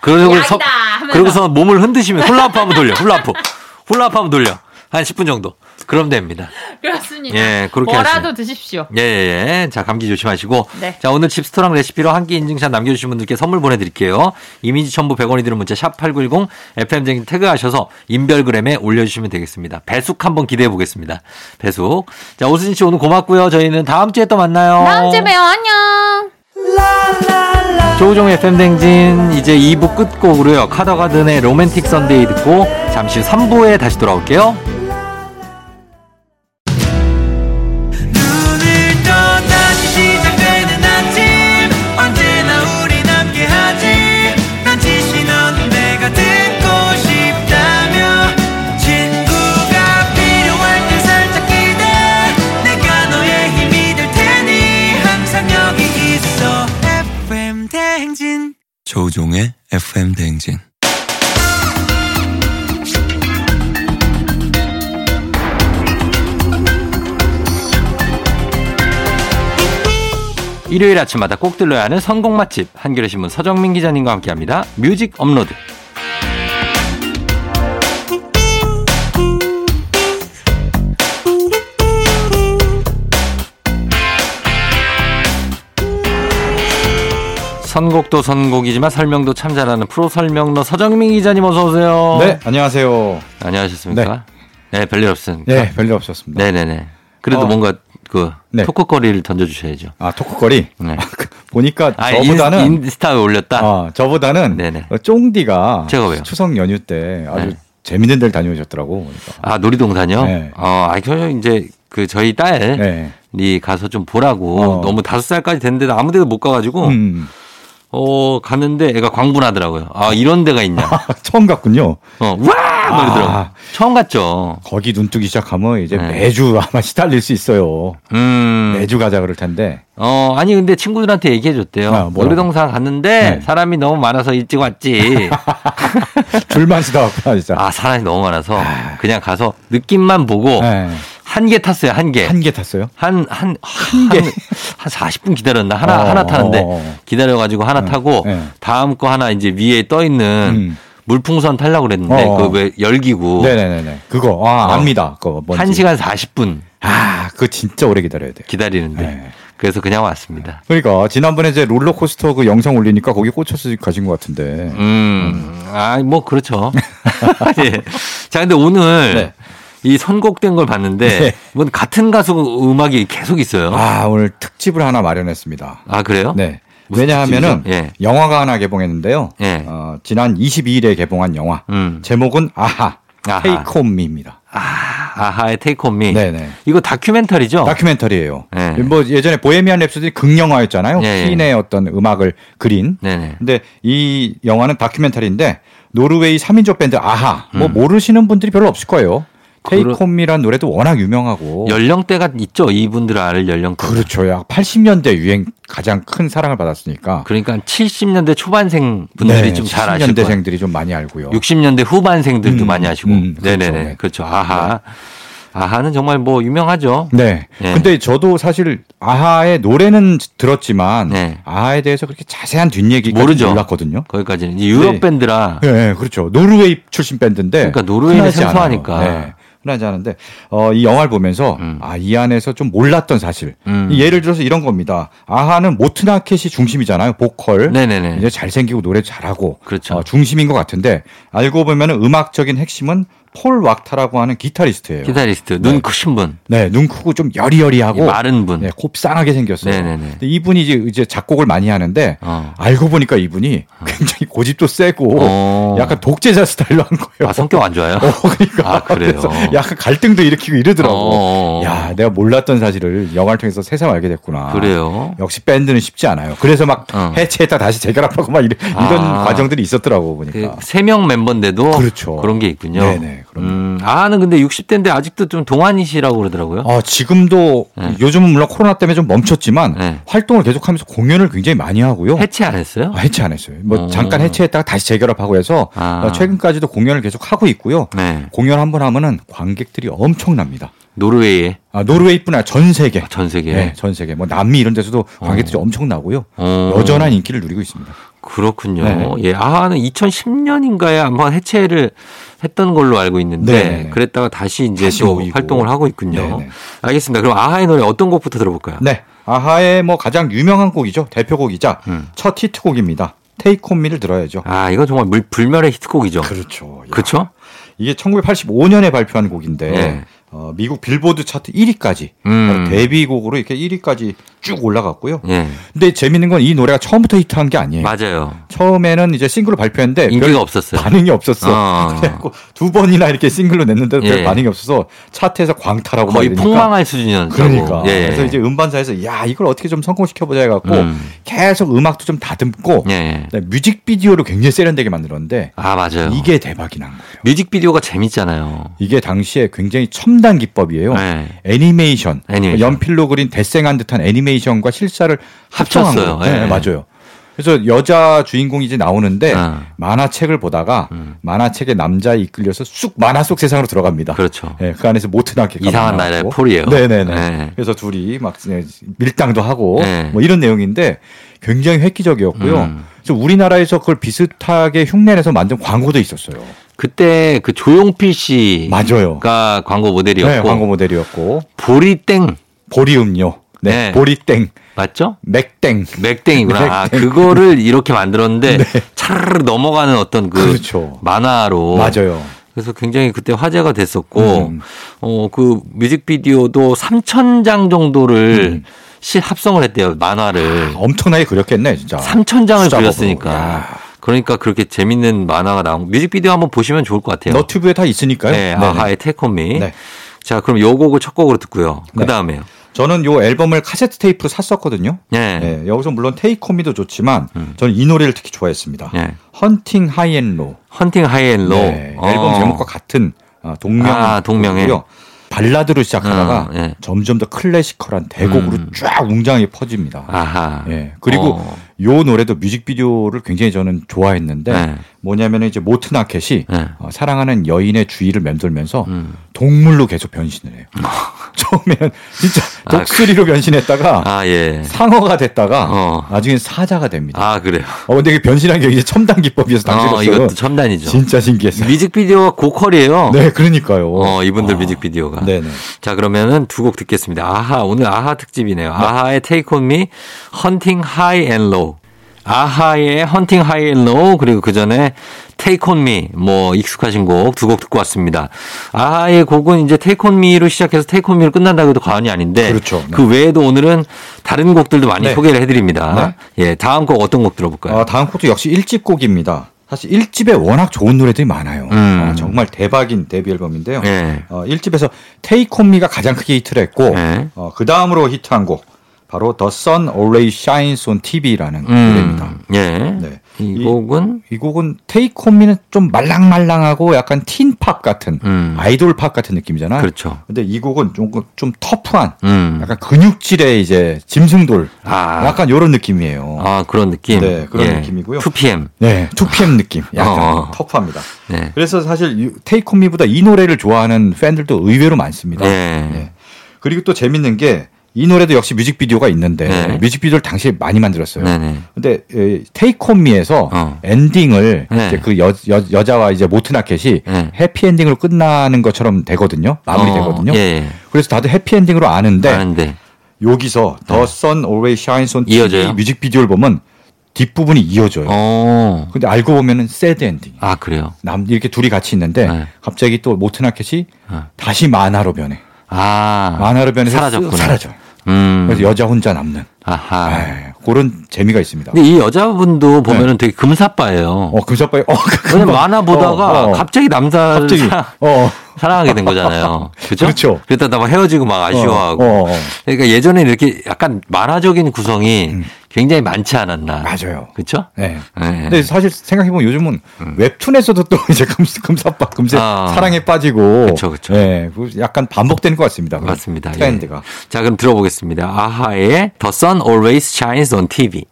A: 그러고
D: 약이다 하면서.
A: 그러고서 몸을 흔드시면 훌라후프 한번 돌려. 훌라후프. 훌라후프 한번 돌려. 한 10분 정도. 그럼 됩니다.
D: 그렇습니다.
A: 예, 그렇게
D: 뭐라도 드십시오.
A: 예, 예, 예. 자, 감기 조심하시고.
D: 네.
A: 자, 오늘 칩스토랑 레시피로 한 끼 인증샷 남겨주신 분들께 선물 보내드릴게요. 이미지 첨부 100원이 드는 문자 샵8910 FM쟁이 태그하셔서 인별그램에 올려주시면 되겠습니다. 배숙 한번 기대해 보겠습니다. 배숙. 자, 오수진 씨 오늘 고맙고요. 저희는 다음 주에 또 만나요.
D: 다음 주에 봬요. 안녕.
A: 조우종 FM 댕진 이제 2부 끝곡으로요. 카더가든의 로맨틱 선데이 듣고 잠시 후 3부에 다시 돌아올게요.
E: 눈을 떠 다시 시작되는 아침 언제나 우린 함께하지 난 지시 넌 내가 듣고 싶다며 친구가 필요할 때 살짝 기대 내가 너의 힘이 될 테니 항상 여기 있어 FM 대행진
F: 조우종의 FM 대행진.
A: 일요일 아침마다 꼭 들러야 하는 선곡 맛집 한겨레 신문 서정민 기자님과 함께합니다. 뮤직 업로드. 선곡도 선곡이지만 설명도 참 잘하는 프로 설명러 서정민 기자님 어서 오세요.
G: 네, 안녕하세요.
A: 안녕하셨습니까? 네, 별일 없습니까?
G: 네, 별일 없었습니다.
A: 네, 네, 네. 그래도
G: 어.
A: 뭔가 그
G: 네.
A: 토크거리를 던져주셔야죠.
G: 아, 토크거리.
A: 네.
G: 보니까
A: 아,
G: 저보다는
A: 인- 인스타에 올렸다.
G: 아, 저보다는
A: 네네.
G: 어, 쫑디가
A: 제가 왜요?
G: 추석 연휴 때 아주
A: 네.
G: 재밌는 데를 다녀오셨더라고. 그러니까.
A: 아 놀이동산요?
G: 네.
A: 어, 아 그래서 이제 그 저희 딸이
G: 네.
A: 가서 좀 보라고
G: 어.
A: 너무 다섯 살까지 됐는데도 아무데도 못 가가지고
G: 음,
A: 어 갔는데 애가 광분하더라고요. 아 이런 데가 있냐?
G: 처음 갔군요.
A: 어, 와 막 이러더라고요.
G: 아.
A: 처음 갔죠.
G: 거기 눈뜨기 시작하면 이제
A: 네.
G: 매주 아마 시달릴 수 있어요.
A: 음.
G: 매주 가자 그럴 텐데.
A: 어, 아니, 근데 친구들한테 얘기해줬대요.
G: 아, 뭐라고?
A: 놀이동산 갔는데
G: 네.
A: 사람이 너무 많아서 일찍 왔지.
G: 줄만 서다 왔구나, 진짜.
A: 아, 사람이 너무 많아서 그냥 가서 느낌만 보고
G: 네.
A: 한 개 탔어요, 한 개.
G: 한개 탔어요?
A: 한, 한, 한,
G: 개.
A: 한, 40분 기다렸나? 하나,
G: 어,
A: 하나 타는데
G: 어, 어.
A: 기다려가지고 하나
G: 네,
A: 타고
G: 네.
A: 다음 거 하나 이제 위에 떠 있는
G: 음.
A: 물풍선 타려고 그랬는데
G: 어, 어.
A: 그왜 열기구.
G: 네네네네. 그거, 아,
A: 어.
G: 압니다. 그거 뭔지.
A: 한시간 40분
G: 아, 그거 진짜 오래 기다려야 돼요.
A: 기다리는데.
G: 네.
A: 그래서 그냥 왔습니다.
G: 그러니까, 지난번에 이제 롤러코스터 그 영상 올리니까 거기 꽂혀서 가신 것 같은데.
A: 음, 아, 뭐, 그렇죠. 예. 자, 근데 오늘
G: 네.
A: 이 선곡된 걸 봤는데,
G: 네.
A: 뭔 같은 가수 음악이 계속 있어요. 아,
G: 아, 오늘 특집을 하나 마련했습니다.
A: 그래요?
G: 네.
A: 어? 무슨
G: 왜냐하면은
A: 특집이죠? 예.
G: 영화가 하나 개봉했는데요.
A: 예.
G: 어, 지난 22일에 개봉한 영화.
A: 음.
G: 제목은 아하.
A: 아하.
G: 테이크 온 미입니다.
A: 아하의 테이크 온 미.
G: 네네.
A: 이거 다큐멘터리죠?
G: 다큐멘터리예요.
A: 어. 예.
G: 뭐 예전에 보헤미안 랩소디 극영화였잖아요.
A: 예, 예.
G: 시인의 어떤 음악을 그린.
A: 네네.
G: 근데 이 영화는 다큐멘터리인데 노르웨이 3인조 밴드 아하. 뭐 모르시는 분들이 별로 없을 거예요.
A: 음. 그러-
G: 테이크홈미란 노래도 워낙 유명하고.
A: 연령대가 있죠? 이분들 알 연령대.
G: 그렇죠. 약 80년대 유행 가장 큰 사랑을 받았으니까.
A: 그러니까 70년대 초반생 분들이 좀 잘 아실 거예요.
G: 60년대생들이 네, 좀 많이 알고요.
A: 60년대 후반생들도
G: 음,
A: 많이 아시고.
G: 음, 그렇죠.
A: 네네네.
G: 네.
A: 그렇죠. 아하. 아하는 정말 뭐 유명하죠.
G: 네.
A: 예.
G: 근데 저도 사실 아하의 노래는 들었지만
A: 네.
G: 아하에 대해서 그렇게 자세한 뒷얘기까지
A: 모르죠.
G: 몰랐거든요.
A: 거기까지는. 이제 유럽
G: 네.
A: 밴드라.
G: 예, 예, 그렇죠. 노르웨이 출신 밴드인데.
A: 그러니까 노르웨이는
G: 흔하지 않아요.
A: 생소하니까.
G: 네, 흔하지 않은데 어, 이 영화를 보면서
A: 음.
G: 아, 이 안에서 좀 몰랐던 사실.
A: 음.
G: 이 예를 들어서 이런 겁니다. 아하는 모트나켓이 중심이잖아요. 보컬.
A: 네네네.
G: 이제 잘생기고 노래 잘하고
A: 그렇죠.
G: 어, 중심인 것 같은데 알고 보면 음악적인 핵심은 폴 왁타라고 하는 기타리스트예요.
A: 기타리스트.
G: 네.
A: 눈 크신 분.
G: 네, 눈 크고 좀 여리여리하고
A: 마른 분.
G: 네, 곱상하게 생겼어요.
A: 네네네.
G: 근데 이분이 이제, 이제 작곡을 많이 하는데
A: 어.
G: 알고 보니까 이분이 굉장히 고집도 세고
A: 어.
G: 약간 독재자 스타일로 한 거예요.
A: 아, 성격 안 좋아요?
G: 어, 그러니까
A: 아, 그래요?
G: 서 약간 갈등도 일으키고 이러더라고.
A: 어.
G: 야, 내가 몰랐던 사실을 영화를 통해서 새삼 알게 됐구나.
A: 그래요.
G: 역시 밴드는 쉽지 않아요. 그래서 막
A: 어.
G: 해체했다 다시 재결합하고 막 이런, 이런
A: 아. 그
G: 과정들이 있었더라고 보니까.
A: 세 명 멤버인데도
G: 그러니까. 그렇죠.
A: 런게 있군요.
G: 네네, 그럼요.
A: 음, 아는 근데 60대인데 아직도 좀 동안이시라고 그러더라고요.
G: 어, 지금도
A: 네.
G: 요즘은 물론 코로나 때문에 좀 멈췄지만
A: 네.
G: 활동을 계속하면서 공연을 굉장히 많이 하고요.
A: 해체 안 했어요?
G: 아, 해체 안 했어요. 뭐
A: 어.
G: 잠깐 해체했다가 다시 재결합하고 해서
A: 아.
G: 어, 최근까지도 공연을 계속 하고 있고요.
A: 네.
G: 공연 한 번 하면은 관객들이 엄청납니다.
A: 노르웨이에
G: 아, 노르웨이뿐 아니라 전 세계.
A: 아, 전 세계에.
G: 네, 전 세계. 뭐 남미 이런 데서도 관객들이 엄청나고요.
A: 어.
G: 여전한 인기를 누리고 있습니다.
A: 그렇군요.
G: 네.
A: 예. 아는 2010년인가에 한번 해체를 했던 걸로 알고 있는데
G: 네네네.
A: 그랬다가 다시 이제
G: 다시
A: 또
G: 모이고.
A: 활동을 하고 있군요.
G: 네네.
A: 알겠습니다. 그럼 아하의 노래 어떤 곡부터 들어볼까요?
G: 네. 아하의 뭐 가장 유명한 곡이죠. 대표곡이자 첫 히트곡입니다. 테이크 홈 미를 들어야죠.
A: 음. 아, 이건 정말 물- 불멸의 히트곡이죠.
G: 그렇죠. 야.
A: 그렇죠?
G: 이게 1985년에 발표한 곡인데
A: 네.
G: 어, 미국 빌보드 차트 1위까지
A: 음.
G: 데뷔곡으로 이렇게 1위까지 쭉 올라갔고요.
A: 예.
G: 근데 재밌는 건 이 노래가 처음부터 히트한 게 아니에요.
A: 맞아요.
G: 처음에는 이제 싱글로 발표했는데 별
A: 인기가 없었어요.
G: 반응이 없었어.
A: 어.
G: 그래갖고 두 번이나 이렇게 싱글로 냈는데도 별
A: 예.
G: 반응이 없어서 차트에서 광탈하고 막
A: 거의
G: 이러니까.
A: 폭망할 수준이었다고.
G: 그러니까.
A: 예.
G: 그래서 이제 음반사에서 야 이걸 어떻게 좀 성공시켜보자 해갖고
A: 음.
G: 계속 음악도 좀 다듬고
A: 예.
G: 네, 뮤직비디오를 굉장히 세련되게 만들었는데
A: 아 맞아요.
G: 이게 대박이 난 거예요.
A: 뮤직비디오가 재밌잖아요.
G: 이게 당시에 굉장히 첨단 기법이에요.
A: 네.
G: 애니메이션,
A: 애니메이션.
G: 연필로 그린 대생한 듯한 애니메이션과 실사를 합쳐한
A: 합쳤어요.
G: 거예요. 네,
A: 예.
G: 맞아요. 그래서 여자 주인공이 이제 나오는데
A: 아.
G: 만화책을 보다가
A: 음.
G: 만화책에 남자에 이끌려서 쑥 만화 속 세상으로 들어갑니다.
A: 그렇죠.
G: 예, 그 안에서 모트나게
A: 이상한 나라의 폴이에요.
G: 네네네.
A: 네.
G: 그래서 둘이 막 밀당도 하고
A: 네.
G: 뭐 이런 내용인데 굉장히 획기적이었고요.
A: 음.
G: 그래서 우리나라에서 그걸 비슷하게 흉내내서 만든 광고도 있었어요.
A: 그때 그 조용필 씨가
G: 맞아요.
A: 광고 모델이었고
G: 네, 광고 모델이었고
A: 보리땡
G: 보리음료, 네,
A: 네.
G: 보리땡,
A: 맞죠?
G: 맥땡.
A: 맥땡이구나. 아,
G: 맥땡. 네.
A: 그거를 이렇게 만들었는데 차르르 넘어가는 어떤 그
G: 그렇죠.
A: 만화로
G: 맞아요.
A: 그래서 굉장히 그때 화제가 됐었고
G: 음.
A: 어 그 뮤직비디오도 3천 장 정도를
G: 음.
A: 실 합성을 했대요. 만화를.
G: 엄청나게 그렸겠네, 아, 진짜.
A: 3천 장을
G: 숫자
A: 그렸으니까.
G: 법으로. 야.
A: 그러니까 그렇게 재밌는 만화가 나온 뮤직비디오 한번 보시면 좋을 것 같아요.
G: 너튜브에 다 있으니까요.
A: 네,
G: 네네.
A: 아하의 테이크미
G: 네.
A: 자, 그럼 요 곡을 첫 곡으로 듣고요. 그 다음에요.
G: 저는 요 앨범을 카세트 테이프로 샀었거든요.
A: 예.
G: 예, 여기서 물론 테이크홈이도 좋지만
A: 음.
G: 저는 이 노래를 특히 좋아했습니다.
A: 예.
G: 헌팅 하이앤로
A: 헌팅 하이앤로
G: 네, 앨범 제목과 같은 어, 동명
A: 어. 아, 동명의.
G: 곡이고요. 발라드로 시작하다가
A: 어, 예.
G: 점점 더 클래시컬한 대곡으로
A: 음.
G: 쫙 웅장히 퍼집니다.
A: 아하.
G: 예, 그리고
A: 어.
G: 요 노래도 뮤직비디오를 굉장히 저는 좋아했는데
A: 네.
G: 뭐냐면 이제 모트 나켓이
A: 네.
G: 어, 사랑하는 여인의 주위를 맴돌면서
A: 음.
G: 동물로 계속 변신을 해요. 처음에는 진짜
A: 아,
G: 독수리로 변신했다가
A: 아, 예.
G: 상어가 됐다가
A: 어.
G: 나중에 사자가 됩니다.
A: 아, 그래요.
G: 어, 근데 이게 변신한 게 이제 첨단 기법이어서
A: 어,
G: 당시로서는
A: 이것도 첨단이죠.
G: 진짜 신기했어요.
A: 뮤직비디오가 고퀄이에요.
G: 네, 그러니까요.
A: 어, 이분들
G: 아,
A: 뮤직비디오가.
G: 네네.
A: 자, 그러면은 두 곡 듣겠습니다. 아하, 오늘 아하 특집이네요. 아하의 Take On Me, 헌팅 하이 앤 로우. 아하의 헌팅 하이 앤 로우, 그리고 그 전에 Take On Me, 뭐 익숙하신 곡 두 곡 듣고 왔습니다. 아하의 곡은 이제 Take On Me로 시작해서 Take On Me로 끝난다고 해도 과언이 아닌데.
G: 그렇죠. 네.
A: 그 외에도 오늘은 다른 곡들도 많이
G: 네.
A: 소개를 해드립니다. 예, 다음 곡 어떤 곡 들어볼까요?
G: 아, 다음 곡도 역시 1집 곡입니다. 사실 1집에 워낙 좋은 노래들이 많아요.
A: 음.
G: 아, 정말 대박인 데뷔 앨범인데요.
A: 예.
G: 어, 1집에서 테이크 온 미가 가장 크게 히트를 했고
A: 네.
G: 어, 그 다음으로 히트한 곡 바로 The Sun Always Shines on TV라는 노래입니다.
A: 음, 예.
G: 네.
A: 이
G: 이-
A: 곡은
G: 이 곡은 테이크 온 미는 좀 말랑말랑하고 약간 틴팝 같은
A: 음.
G: 아이돌 팝 같은 느낌이잖아요.
A: 그렇죠.
G: 근데 이 곡은 조금 좀 터프한
A: 음.
G: 약간 근육질의 이제 짐승돌
A: 아.
G: 약간 요런 느낌이에요.
A: 아 그런 느낌.
G: 네, 그런 느낌이고요.
A: 2PM.
G: 네, 2PM 느낌. 약간
A: 어.
G: 터프합니다.
A: 네.
G: 그래서 사실 테이크 미보다 이 노래를 좋아하는 팬들도 의외로 많습니다.
A: 네.
G: 예. 그리고 또 재밌는 게 이 노래도 역시 뮤직비디오가 있는데
A: 네.
G: 뮤직비디오를 당시에 많이 만들었어요.
A: 네네.
G: 근데 테이크 온 미에서
A: 어.
G: 엔딩을
A: 네.
G: 이제 그 여, 자와 이제 모트나켓이
A: 네.
G: 해피 엔딩으로 끝나는 것처럼 되거든요. 마무리되거든요.
A: 어, 예.
G: 그래서 다들 해피 엔딩으로 아는데
A: 아는데. 네.
G: 여기서 The Sun Always Shines on TV
A: 이어져요?
G: 뮤직비디오를 보면 뒷부분이 이어져요.
A: 어.
G: 근데 알고 보면은 새드 엔딩.
A: 아 그래요.
G: 남 이렇게 둘이 같이 있는데
A: 네.
G: 갑자기 또 모트나켓이
A: 어.
G: 다시 만화로 변해.
A: 아.
G: 만화로 변해서
A: 사라졌구나.
G: 사라져.
A: 음.
G: 그래서 여자 혼자 남는
A: 아하.
G: 예, 그런 재미가 있습니다.
A: 근데 이 여자분도 보면은 되게 금사빠예요.
G: 네. 어 금사빠이 어
A: 왜냐면 만화 보다가
G: 어, 어.
A: 갑자기 남자를
G: 갑자기
A: 사,
G: 어, 어
A: 사랑하게 된 거잖아요. 그죠?
G: 그렇죠.
A: 그랬다가 막 헤어지고 막 아쉬워하고.
G: 어, 어, 어.
A: 그러니까 예전에 이렇게 약간 만화적인 구성이 굉장히 많지 않았나.
G: 음. 맞아요.
A: 그렇죠?
G: 네.
A: 예.
G: 근데 사실 생각해 보면 요즘은 웹툰에서도 또 이제 금, 금사빠 금세
A: 아.
G: 사랑에 빠지고
A: 그쵸, 그쵸.
G: 예, 그 약간 반복되는 것 같습니다. 그런
A: 맞습니다. 예.
G: 트렌드가
A: 자, 그럼 들어보겠습니다. 아하의 The Sun Always Shines on TV.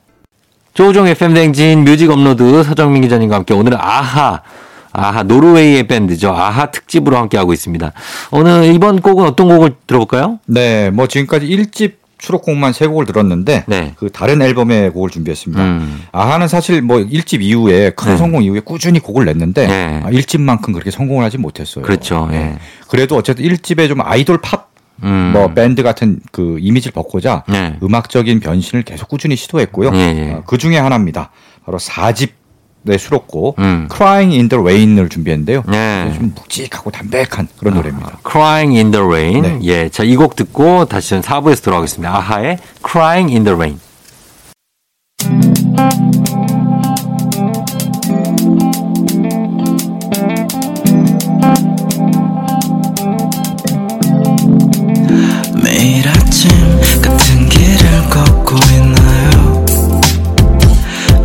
A: 조종 FM 댕진 뮤직 업로드 서정민 기자님과 함께 오늘은 아하, 아하, 노르웨이의 밴드죠. 아하 특집으로 함께하고 있습니다. 오늘 이번 곡은 어떤 곡을 들어볼까요?
G: 네, 뭐 지금까지 1집 추록곡만 세 곡을 들었는데
A: 네.
G: 그 다른 앨범의 곡을 준비했습니다.
A: 음.
G: 아하는 사실 뭐 1집 이후에 큰
A: 네.
G: 성공 이후에 꾸준히 곡을 냈는데
A: 네.
G: 아, 1집만큼 그렇게 성공을 하지 못했어요.
A: 그렇죠.
G: 예.
A: 예.
G: 그래도 어쨌든 1집에 좀 아이돌 팝
A: 음.
G: 뭐 밴드 같은 그 이미지를 벗고자
A: 네.
G: 음악적인 변신을 계속 꾸준히 시도했고요.
A: 예, 예.
G: 그 중에 하나입니다. 바로 4집 의 수록곡
A: 음.
G: Crying in the Rain을 준비했는데요.
A: 네.
G: 좀 묵직하고 담백한 그런 노래입니다.
A: Crying in the Rain.
G: 네.
A: 예. 자, 이 곡 듣고 다시 저는 4부에서 돌아오겠습니다. 아하의 Crying in the Rain.
E: 매일 아침 같은 길을 걷고 있나요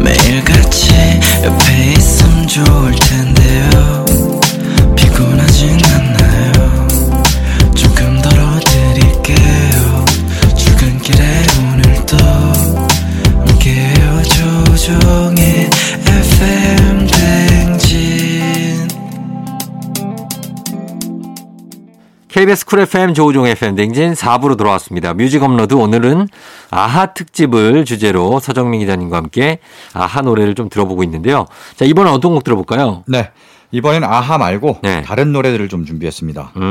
E: 매일 같이 옆에 있음 좋을 텐데요 피곤하진 않나요 조금 덜어드릴게요 출근길에 오늘도 함께해요 조종의 FM 댕진
A: KBS 쿨 FM 조우종 FM 댕진 4부로 돌아왔습니다. 뮤직 업로드 오늘은 아하 특집을 주제로 서정민 기자님과 함께 아하 노래를 좀 들어보고 있는데요. 자, 이번엔 어떤 곡 들어볼까요?
G: 네. 이번엔 아하 말고
A: 네.
G: 다른 노래들을 좀 준비했습니다.
A: 음.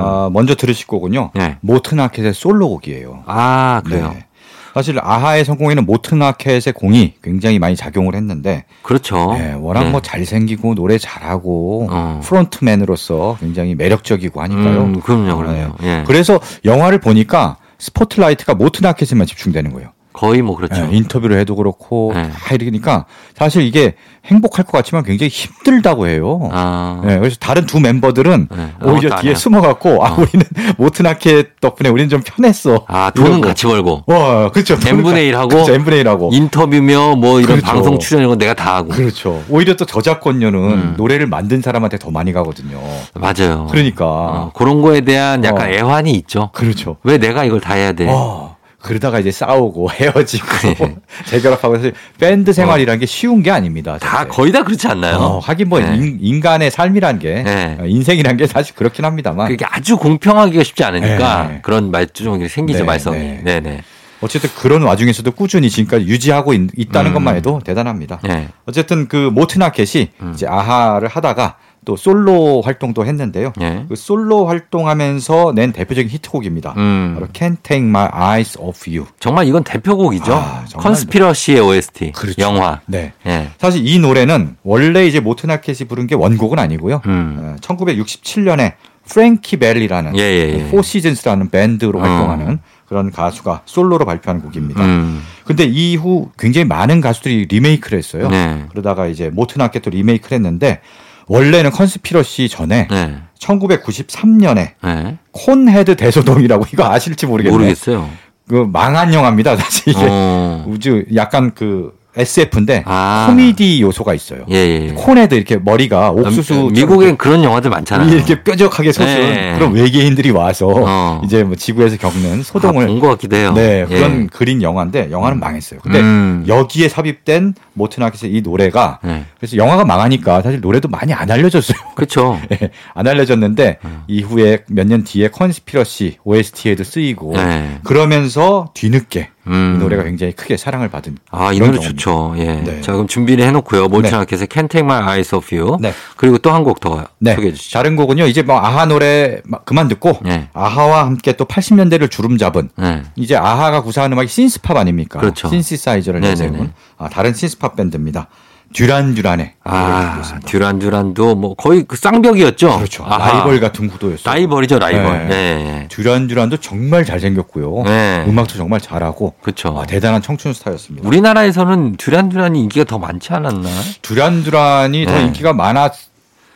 G: 아, 먼저 들으실 곡은요.
A: 네.
G: 모트나켓의 솔로곡이에요.
A: 아, 그래요.
G: 네. 사실 아하의 성공에는 모트나켓의 공이 굉장히 많이 작용을 했는데
A: 그렇죠.
G: 네, 워낙
A: 네.
G: 뭐 잘생기고 노래 잘하고
A: 어.
G: 프론트맨으로서 굉장히 매력적이고 하니까요.
A: 음, 그럼요, 그럼요.
G: 네.
A: 예.
G: 그래서 영화를 보니까 스포트라이트가 모트나켓에만 집중되는 거예요.
A: 거의 뭐 그렇죠.
G: 예, 인터뷰를 해도 그렇고
A: 네.
G: 다 이러니까 사실 이게 행복할 것 같지만 굉장히 힘들다고 해요.
A: 아,
G: 예, 그래서 다른 두 멤버들은
A: 네, 아무것도
G: 오히려
A: 안
G: 뒤에
A: 해요.
G: 숨어갖고 아
A: 어.
G: 우리는 모트나케 덕분에 우리는 좀 편했어.
A: 아, 돈은
G: 이러고.
A: 같이 벌고
G: 와 그렇죠. 돈은
A: N분의
G: 가-
A: 1하고
G: 그렇죠. N분의 1하고
A: 인터뷰며 뭐 이런
G: 그렇죠.
A: 방송 출연 이런 거 내가 다 하고
G: 그렇죠. 오히려 또 저작권료는
A: 음.
G: 노래를 만든 사람한테 더 많이 가거든요.
A: 맞아요.
G: 그러니까
A: 어, 그런 거에 대한 약간
G: 어.
A: 애환이 있죠.
G: 그렇죠.
A: 왜 내가 이걸 다 해야 돼?
G: 어, 그러다가 이제 싸우고 헤어지고
A: 네.
G: 재결합하고 사실 밴드 생활이라는 게 쉬운 게 아닙니다.
A: 다
G: 사실.
A: 거의 다 그렇지 않나요?
G: 네. 어, 하긴 뭐
A: 네.
G: 인, 간의 삶이란 게
A: 네.
G: 어, 인생이란 게 사실 그렇긴 합니다만
A: 그게 아주 공평하기가 쉽지 않으니까
G: 네.
A: 그런 말투종이 생기죠
G: 네,
A: 말썽이.
G: 네.
A: 네, 네.
G: 어쨌든 그런 와중에서도 꾸준히 지금까지 유지하고 있, 다는
A: 음.
G: 것만 해도 대단합니다.
A: 네.
G: 어쨌든 그 모트나켓이
A: 음.
G: 이제 아하를 하다가 또 솔로 활동도 했는데요.
A: 예.
G: 그 솔로 활동하면서 낸 대표적인 히트곡입니다.
A: 음.
G: 바로 Can't Take My Eyes Off You.
A: 정말 이건 대표곡이죠.
G: 아, 정말.
A: 컨스피러시의 OST.
G: 그렇죠.
A: 영화.
G: 네.
A: 예.
G: 사실 이 노래는 원래 이제 모트나켓이 부른 게 원곡은 아니고요. 예,
A: 음.
G: 1967년에 프랭키 벨리라는
A: 예, 예, 예.
G: 포 시즌스라는 밴드로
A: 어.
G: 활동하는 그런 가수가 솔로로 발표한 곡입니다.
A: 음.
G: 근데 이후 굉장히 많은 가수들이 리메이크를 했어요.
A: 네.
G: 그러다가 이제 모트나켓 도 리메이크를 했는데 원래는 컨스피러시 전에
A: 네.
G: 1993년에
A: 네.
G: 콘헤드 대소동이라고 이거 아실지 모르겠네요.
A: 모르겠어요.
G: 그 망한 영화입니다. 사실 이게
A: 어.
G: 우주 약간 그 SF인데
A: 아.
G: 코미디 요소가 있어요.
A: 예, 예. 음,
G: 콘헤드 이렇게 머리가 옥수수
A: 미국엔 그런 영화들 많잖아요.
G: 이렇게 뾰족하게 솟은
A: 네.
G: 그런 외계인들이 와서
A: 어.
G: 이제 뭐 지구에서 겪는
A: 아,
G: 소동을
A: 본것 같기도 해요.
G: 네
A: 예.
G: 그런 그린 영화인데 영화는 망했어요. 근데
A: 음.
G: 여기에 삽입된 모트나켓의 이 노래가
A: 네.
G: 그래서 영화가 망하니까 사실 노래도 많이 안 알려졌어요.
A: 그렇죠.
G: 예, 안 알려졌는데
A: 음.
G: 이후에 몇 년 뒤에 컨스피러시 OST에도 쓰이고
A: 네.
G: 그러면서 뒤늦게
A: 음.
G: 이 노래가 굉장히 크게 사랑을 받은
A: 아, 이
G: 그런
A: 노래
G: 경우입니다.
A: 좋죠. 예.
G: 네.
A: 자, 그럼 준비를 해놓고요. 몰치마켓의 Can't Take My Eyes Off You.
G: 네.
A: 그리고 또 한 곡 더
G: 네.
A: 소개해 주시죠.
G: 다른 곡은요. 이제 뭐 아하 노래 막 그만 듣고
A: 네.
G: 아하와 함께 또 80년대를 주름 잡은
A: 네.
G: 이제 아하가 구사한 음악이 신스팝 아닙니까?
A: 그렇죠.
G: 신시사이저를
A: 네네네.
G: 내세운 아, 다른 신스팝 밴드입니다. 듀란 듀란의 노래를
A: 아,
G: 듣겠습니다.
A: 듀란 듀란도 뭐 거의 그 쌍벽이었죠.
G: 그렇죠.
A: 아하.
G: 라이벌 같은 구도였어요.
A: 라이벌이죠, 라이벌.
G: 네.
A: 네.
G: 듀란 듀란도 정말 잘생겼고요.
A: 네.
G: 음악도 정말 잘하고
A: 그렇죠.
G: 아, 대단한 청춘 스타였습니다.
A: 우리나라에서는 듀란 듀란이 인기가 더 많지 않았나?
G: 듀란 듀란이 더
A: 네.
G: 인기가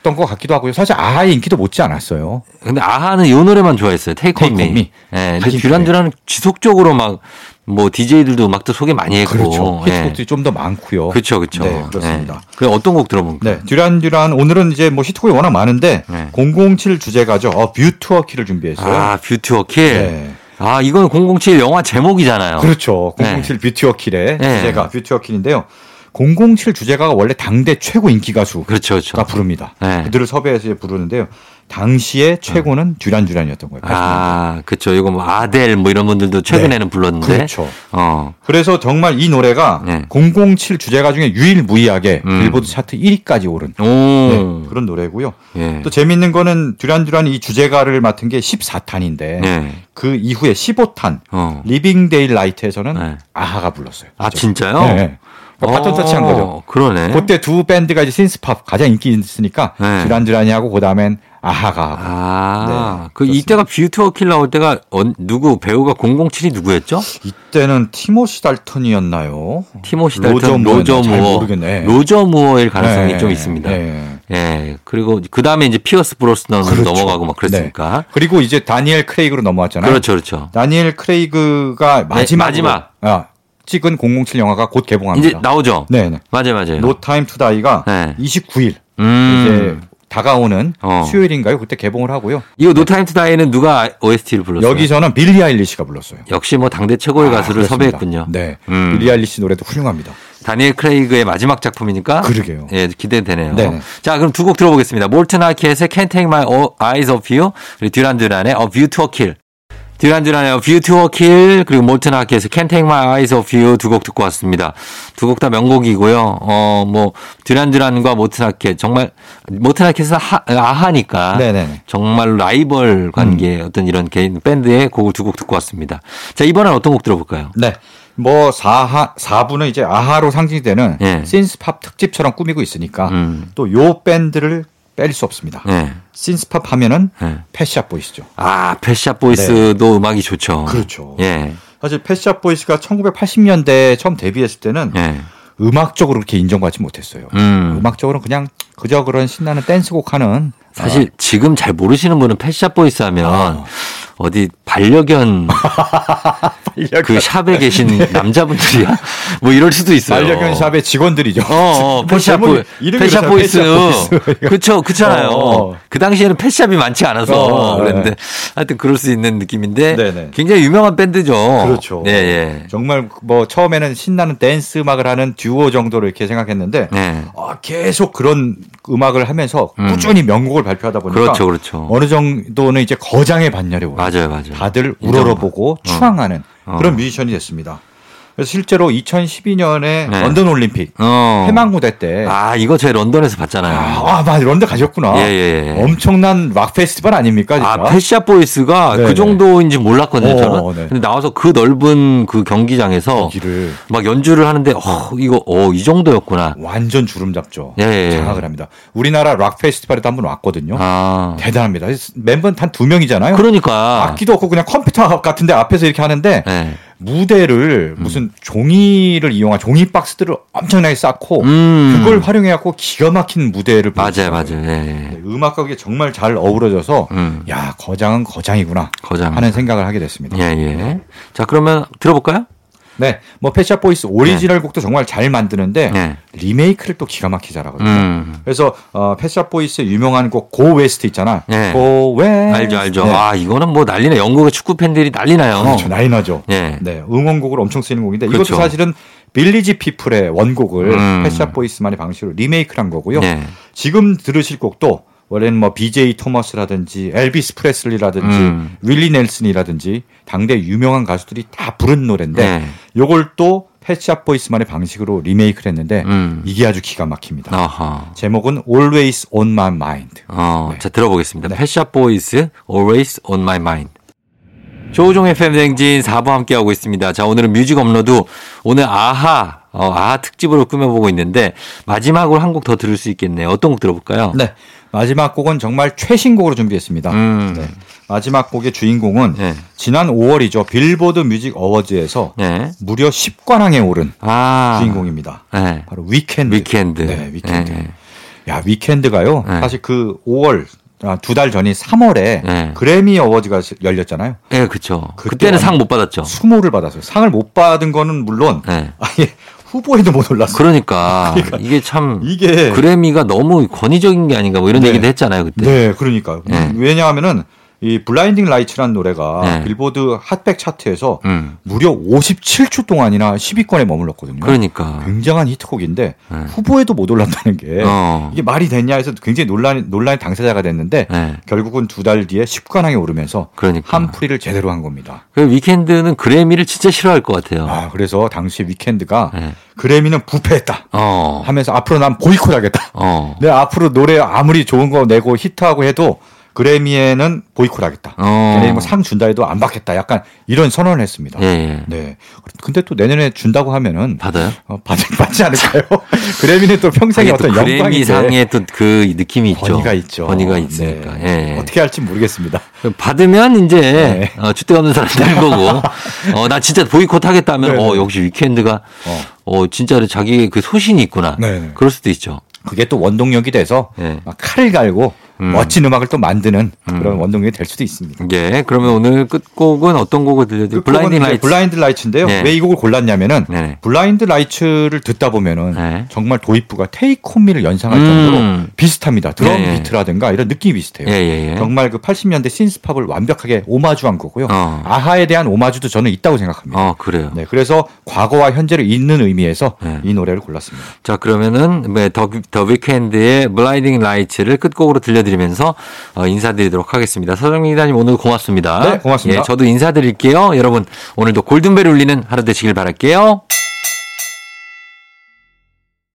G: 많았던 것 같기도 하고요. 사실 아하의 인기도 못지 않았어요.
A: 근데 아하는 이 노래만 좋아했어요. 테이크 온
G: Take On
A: 미.
G: Me.
A: 예. 근데
G: 하긴
A: 듀란
G: 그래요.
A: 듀란은 지속적으로 막 뭐 DJ들도 음악도 소개 많이 했고.
G: 그렇죠.
A: 예.
G: 히트곡들이 좀 더 많고요.
A: 그렇죠, 그렇죠.
G: 네, 그렇습니다.
A: 그럼 어떤 곡 들어볼까요?
G: 네, 듀란 듀란 오늘은 이제 뭐 히트곡이 워낙 많은데
A: 네.
G: 007 주제가죠. 어, 뷰투어키를 준비했어요.
A: 아, 뷰티 워킬.
G: 네.
A: 아, 이건 007 영화 제목이잖아요.
G: 그렇죠.
A: 네.
G: 007 뷰티어킬의
A: 네.
G: 주제가 뷰티어킬인데요. 007 주제가가 원래 당대 최고 인기 가수가
A: 그렇죠, 그렇죠.
G: 아, 부릅니다.
A: 네.
G: 그들을 섭외해서 이제 부르는데요. 당시의 최고는 듀란 듀란이었던 거예요.
A: 아, 그렇죠. 이거 뭐 아델 뭐 이런 분들도 최근에는 불렀는데.
G: 그렇죠.
A: 어.
G: 그래서 정말 이 노래가
A: 네.
G: 007 주제가 중에 유일무이하게
A: 음.
G: 빌보드 차트 1위까지 오른
A: 오.
G: 네, 그런 노래고요.
A: 예.
G: 또 재밌는 거는 듀란 듀란이 이 주제가를 맡은 게 14탄인데
A: 예.
G: 그 이후에 15탄
A: 어.
G: 리빙 데일 라이트에서는
A: 네.
G: 아하가 불렀어요.
A: 아,
G: 그죠?
A: 진짜요?
G: 네, 네. 그러니까 바톤
A: 어,
G: 터치한 거죠.
A: 그러네.
G: 그때 두 밴드가 이제 신스팝 가장 인기 있으니까
A: 네.
G: 듀란 듀란이 하고 그다음엔 아하가 하고
A: 아,
G: 네,
A: 그
G: 그렇습니다.
A: 이때가 뷰티 워킬 나올 때가 언- 누구 배우가 007이 누구였죠?
G: 이때는 티모시 달턴이었나요?
A: 티모시
G: 로저
A: 달턴,
G: 무어였나?
A: 로저
G: 잘
A: 무어,
G: 모르겠네.
A: 로저 무어일 가능성이
G: 네,
A: 좀 있습니다.
G: 네.
A: 예, 그리고 그 다음에 이제 피어스 브로스넌으로
G: 그렇죠.
A: 넘어가고 막 그랬으니까.
G: 그리고 이제 다니엘 크레이그로 넘어왔잖아요.
A: 그렇죠, 그렇죠.
G: 다니엘 크레이그가 마지막
A: 마지막.
G: 아, 찍은 007 영화가 곧 개봉합니다.
A: 이제 나오죠.
G: 네, 네.
A: 맞아요, 맞아요.
G: 노 타임 투 다이가
A: 네.
G: 29일 이제
A: 음,
G: 다가오는
A: 어.
G: 수요일인가요? 그때 개봉을 하고요.
A: 이거 노타임 투 다이는 누가 아, OST를 불렀어요?
G: 여기서는 빌리 아일리시가 불렀어요.
A: 역시 뭐 당대 최고의 가수를
G: 그렇습니다.
A: 섭외했군요.
G: 네.
A: 음.
G: 빌리 아일리시 노래도 훌륭합니다.
A: 다니엘 크레이그의 마지막 작품이니까
G: 그러게요.
A: 예, 기대되네요.
G: 네네.
A: 자, 그럼 두 곡 들어보겠습니다. 몰튼 아키엣의 Can't Take My Eyes Off You, 그리고 듀란 듀란의 A View to a Kill. 듀란 듀란의 A View to a Kill, 그리고 몰튼 아키엣의 Can't Take My Eyes Off You 두 곡 듣고 왔습니다. 두 곡 다 명곡이고요. 어, 뭐 듀란 듀란과 몰튼 아키엣 정말 몰튼 아키엣은 하- 아하니까
G: 네네네. 음.
A: 정말 라이벌 관계 어떤 이런 개인 밴드의 곡을 두 곡 듣고 왔습니다. 자, 이번엔 어떤 곡 들어볼까요?
G: 네. 뭐 4하 4부는 이제 아하로 상징되는
A: 예.
G: 신스팝 특집처럼 꾸미고 있으니까
A: 음.
G: 또 요 밴드를 뺄 수 없습니다.
A: 네.
G: 신스팝 하면은
A: 네.
G: 패샷 보이시죠?
A: 아, 패샷 보이스도 음악이 좋죠.
G: 네. 그렇죠.
A: 예.
G: 사실 패시업 보이스가 1980년대에 처음 데뷔했을 때는
A: 예.
G: 음악적으로 그렇게 인정받지 못했어요.
A: 음.
G: 음악적으로는 그냥 그저 그런 신나는 댄스곡 하는
A: 사실
G: 아.
A: 지금 잘 모르시는 분은 펫샵 보이스 하면 어디 반려견 그 샵에 계신 남자분들이야 뭐 이럴 수도 있어요.
G: 반려견 샵의 직원들이죠.
A: 어, 어,
G: 뭐
A: 펫샵
G: 제목이
A: 보이,
G: 이름이
A: 펫샵 보이스.
G: 그렇잖아요. 펫샵 보이스.
A: 그쵸, 그렇잖아요.
G: 어, 어.
A: 그 당시에는 펫샵이 많지 않아서
G: 어, 네.
A: 그랬는데 하여튼 그럴 수 있는 느낌인데
G: 네네.
A: 굉장히 유명한 밴드죠.
G: 그렇죠.
A: 예, 예.
G: 정말 뭐 처음에는 신나는 댄스 음악을 하는 듀오 정도로 이렇게 생각했는데
A: 네.
G: 아, 계속 그런 음악을 하면서
A: 음.
G: 꾸준히 명곡을 발표하다 보니까
A: 그렇죠, 그렇죠.
G: 어느 정도는 이제 거장의 반열에 오른
A: 맞아요, 맞아요.
G: 다들
A: 인정받-
G: 우러러보고 추앙하는
A: 어.
G: 그런 뮤지션이 됐습니다. 그래서 실제로 2012년에
A: 네.
G: 런던 올림픽
A: 어.
G: 해막 무대 때 아,
A: 아, 이거 저희 런던에서 봤잖아요.
G: 아, 맞아. 런던 가셨구나.
A: 예, 예, 예.
G: 엄청난 락 페스티벌 아닙니까?
A: 아,
G: 진짜?
A: 펫샵 보이스가
G: 그러니까. 네네.
A: 그 정도인지 몰랐거든요,
G: 어,
A: 저는.
G: 네.
A: 근데 나와서 그 넓은 그 경기장에서
G: 거기를
A: 막 연주를 하는데, 어, 이거, 어, 이 정도였구나.
G: 완전 주름 잡죠.
A: 예, 예, 예.
G: 장악을 합니다. 우리나라 락 페스티벌에도 한 번 왔거든요.
A: 아.
G: 대단합니다. 멤버는 단 두 명이잖아요.
A: 그러니까.
G: 악기도 없고 그냥 컴퓨터 같은데 앞에서 이렇게 하는데
A: 예. 음.
G: 무대를 무슨 종이를 이용한 종이 박스들을 엄청나게 쌓고
A: 음.
G: 뭐 그걸 활용해갖고 기가 막힌 무대를
A: 맞아요,
G: 보여줬어요.
A: 맞아요. 예,
G: 네,
A: 예.
G: 음악과 그게 정말 잘 어우러져서
A: 음.
G: 야 거장은 거장이구나
A: 거장.
G: 하는 생각을 하게 됐습니다.
A: 예, 예. 자, 그러면 들어볼까요?
G: 네, 뭐 패샷 보이스
A: 예.
G: 오리지널 곡도 정말 잘 만드는데
A: 네.
G: 리메이크를 또 기가 막히게 잘하거든요.
A: 음. 그래서
G: 그래서 어, 패샷 보이스 유명한 곡 고 웨스트 있잖아.
A: 네.
G: 고 웨스트.
A: 알죠, 알죠.
G: 네.
A: 아, 이거는 뭐 난리네. 영국의 축구 팬들이 난리나요.
G: 그렇죠. 나이 나죠.
A: 예.
G: 네, 응원곡을 엄청 쓰이는 곡인데
A: 그렇죠.
G: 이것도 사실은 빌리지 피플의 원곡을
A: 음.
G: 패샷 보이스만의 방식으로 리메이크한 거고요.
A: 예.
G: 지금 들으실 곡도 원래는 뭐 BJ 토머스라든지 엘비스 프레슬리라든지
A: 음.
G: 윌리 넬슨이라든지 당대 유명한 가수들이 다 부른 노래인데
A: 네.
G: 요걸 또 패샷 보이스만의 방식으로 리메이크를 했는데
A: 음.
G: 이게 아주 기가 막힙니다.
A: 아하.
G: 제목은 Always on My Mind.
A: 어,
G: 네.
A: 자 들어보겠습니다.
G: 네.
A: 패샷 보이스 Always on my mind. 조우종 FM 댕진 4부 함께하고 있습니다. 자, 오늘은 뮤직 업로드 오늘 아하 어, 아하 특집으로 꾸며보고 있는데 마지막으로 한 곡 더 들을 수 있겠네요. 어떤 곡 들어볼까요?
G: 네. 마지막 곡은 정말 최신곡으로 준비했습니다.
A: 음.
G: 네. 마지막 곡의 주인공은
A: 네.
G: 지난 5월이죠. 빌보드 뮤직 어워즈에서
A: 네.
G: 무려 10관왕에 오른
A: 아.
G: 주인공입니다.
A: 네.
G: 바로 위켄드.
A: 위켄드.
G: 네, 위켄드.
A: 네.
G: 야, 위켄드가요.
A: 네.
G: 사실 그 5월 두 달 전인 3월에
A: 네.
G: 그래미 어워즈가 열렸잖아요.
A: 예, 그쵸.
G: 그때
A: 그때는
G: 완-
A: 상 못 받았죠.
G: 수모를 받았어요. 상을 못 받은 거는 물론
A: 네.
G: 아예 후보에도 못 올랐어요.
A: 그러니까, 이게 참
G: 이게
A: 그래미가 너무 권위적인 게 아닌가 뭐 이런
G: 네.
A: 얘기도 했잖아요 그때.
G: 네, 그러니까
A: 네.
G: 왜냐하면은 이 블라인딩 라이츠라는 노래가
A: 네.
G: 빌보드 핫백 차트에서
A: 음.
G: 무려 57주 동안이나 10위권에 머물렀거든요.
A: 그러니까.
G: 굉장한 히트곡인데
A: 네.
G: 후보에도 못 올랐다는 게
A: 어.
G: 이게 말이 되냐 해서 굉장히 논란 논란의 당사자가 됐는데
A: 네.
G: 결국은 두 달 뒤에 10관왕에 오르면서
A: 그러니까.
G: 한풀이를 제대로 한 겁니다.
A: 그 위켄드는 그래미를 진짜 싫어할 것 같아요.
G: 아, 그래서 당시 위켄드가
A: 네.
G: 그래미는 부패했다
A: 어.
G: 하면서 앞으로 난 보이콧하겠다.
A: 어.
G: 내 앞으로 노래 아무리 좋은 거 내고 히트하고 해도 그래미에는 보이콧하겠다.
A: 어.
G: 내년에 뭐상 준다 해도 안 받겠다. 약간 이런 선언을 했습니다.
A: 예, 예.
G: 네. 근데 또 내년에 준다고 하면은
A: 받아요?
G: 어, 받지, 받지 않을까요? 그래미는 또 평생의
A: 하긴
G: 어떤
A: 또 그래미
G: 영광인데
A: 상에 또 그 느낌이 있죠.
G: 권위가 있죠.
A: 권위가 있으니까.
G: 네.
A: 예, 예.
G: 어떻게 네. 할지 모르겠습니다.
A: 받으면 이제 어, 주택 없는 사람 될 거고. 어, 나 진짜 보이콧 하겠다면
G: 네,
A: 어,
G: 네.
A: 역시 위켄드가
G: 어.
A: 어, 진짜로 자기 그 소신이 있구나.
G: 네, 네.
A: 그럴 수도 있죠.
G: 그게 또 원동력이 돼서
A: 예.
G: 막 칼을 갈고
A: 음.
G: 멋진 음악을 또 만드는 그런
A: 음.
G: 원동력이 될 수도 있습니다.
A: 예. 그러면 오늘 끝곡은 어떤 곡을 들려드릴까요?
G: 끝곡은
A: 블라인딩
G: 그 이제
A: 라이트.
G: 블라인드 라이츠인데요.
A: 네.
G: 왜 이 곡을 골랐냐면은
A: 네네.
G: 블라인드 라이츠를 듣다 보면은
A: 네.
G: 정말 도입부가 테이크홈미를 연상할
A: 음.
G: 정도로 비슷합니다. 드럼
A: 예, 예.
G: 비트라든가 이런 느낌이 비슷해요.
A: 예, 예, 예.
G: 정말 그 80년대 신스팝을 완벽하게 오마주한 거고요.
A: 어.
G: 아하에 대한 오마주도 저는 있다고 생각합니다.
A: 어, 그래요.
G: 네, 그래서 과거와 현재를 잇는 의미에서
A: 네.
G: 이 노래를 골랐습니다.
A: 자 그러면은 네, 더, 더 위켄드의 블라이딩 라이츠를 끝곡으로 들려드리면서 어, 인사드리도록 하겠습니다. 서정민 기자님 오늘 고맙습니다.
G: 네, 고맙습니다.
A: 예, 저도 인사드릴게요. 여러분 오늘도 골든벨 울리는 하루 되시길 바랄게요.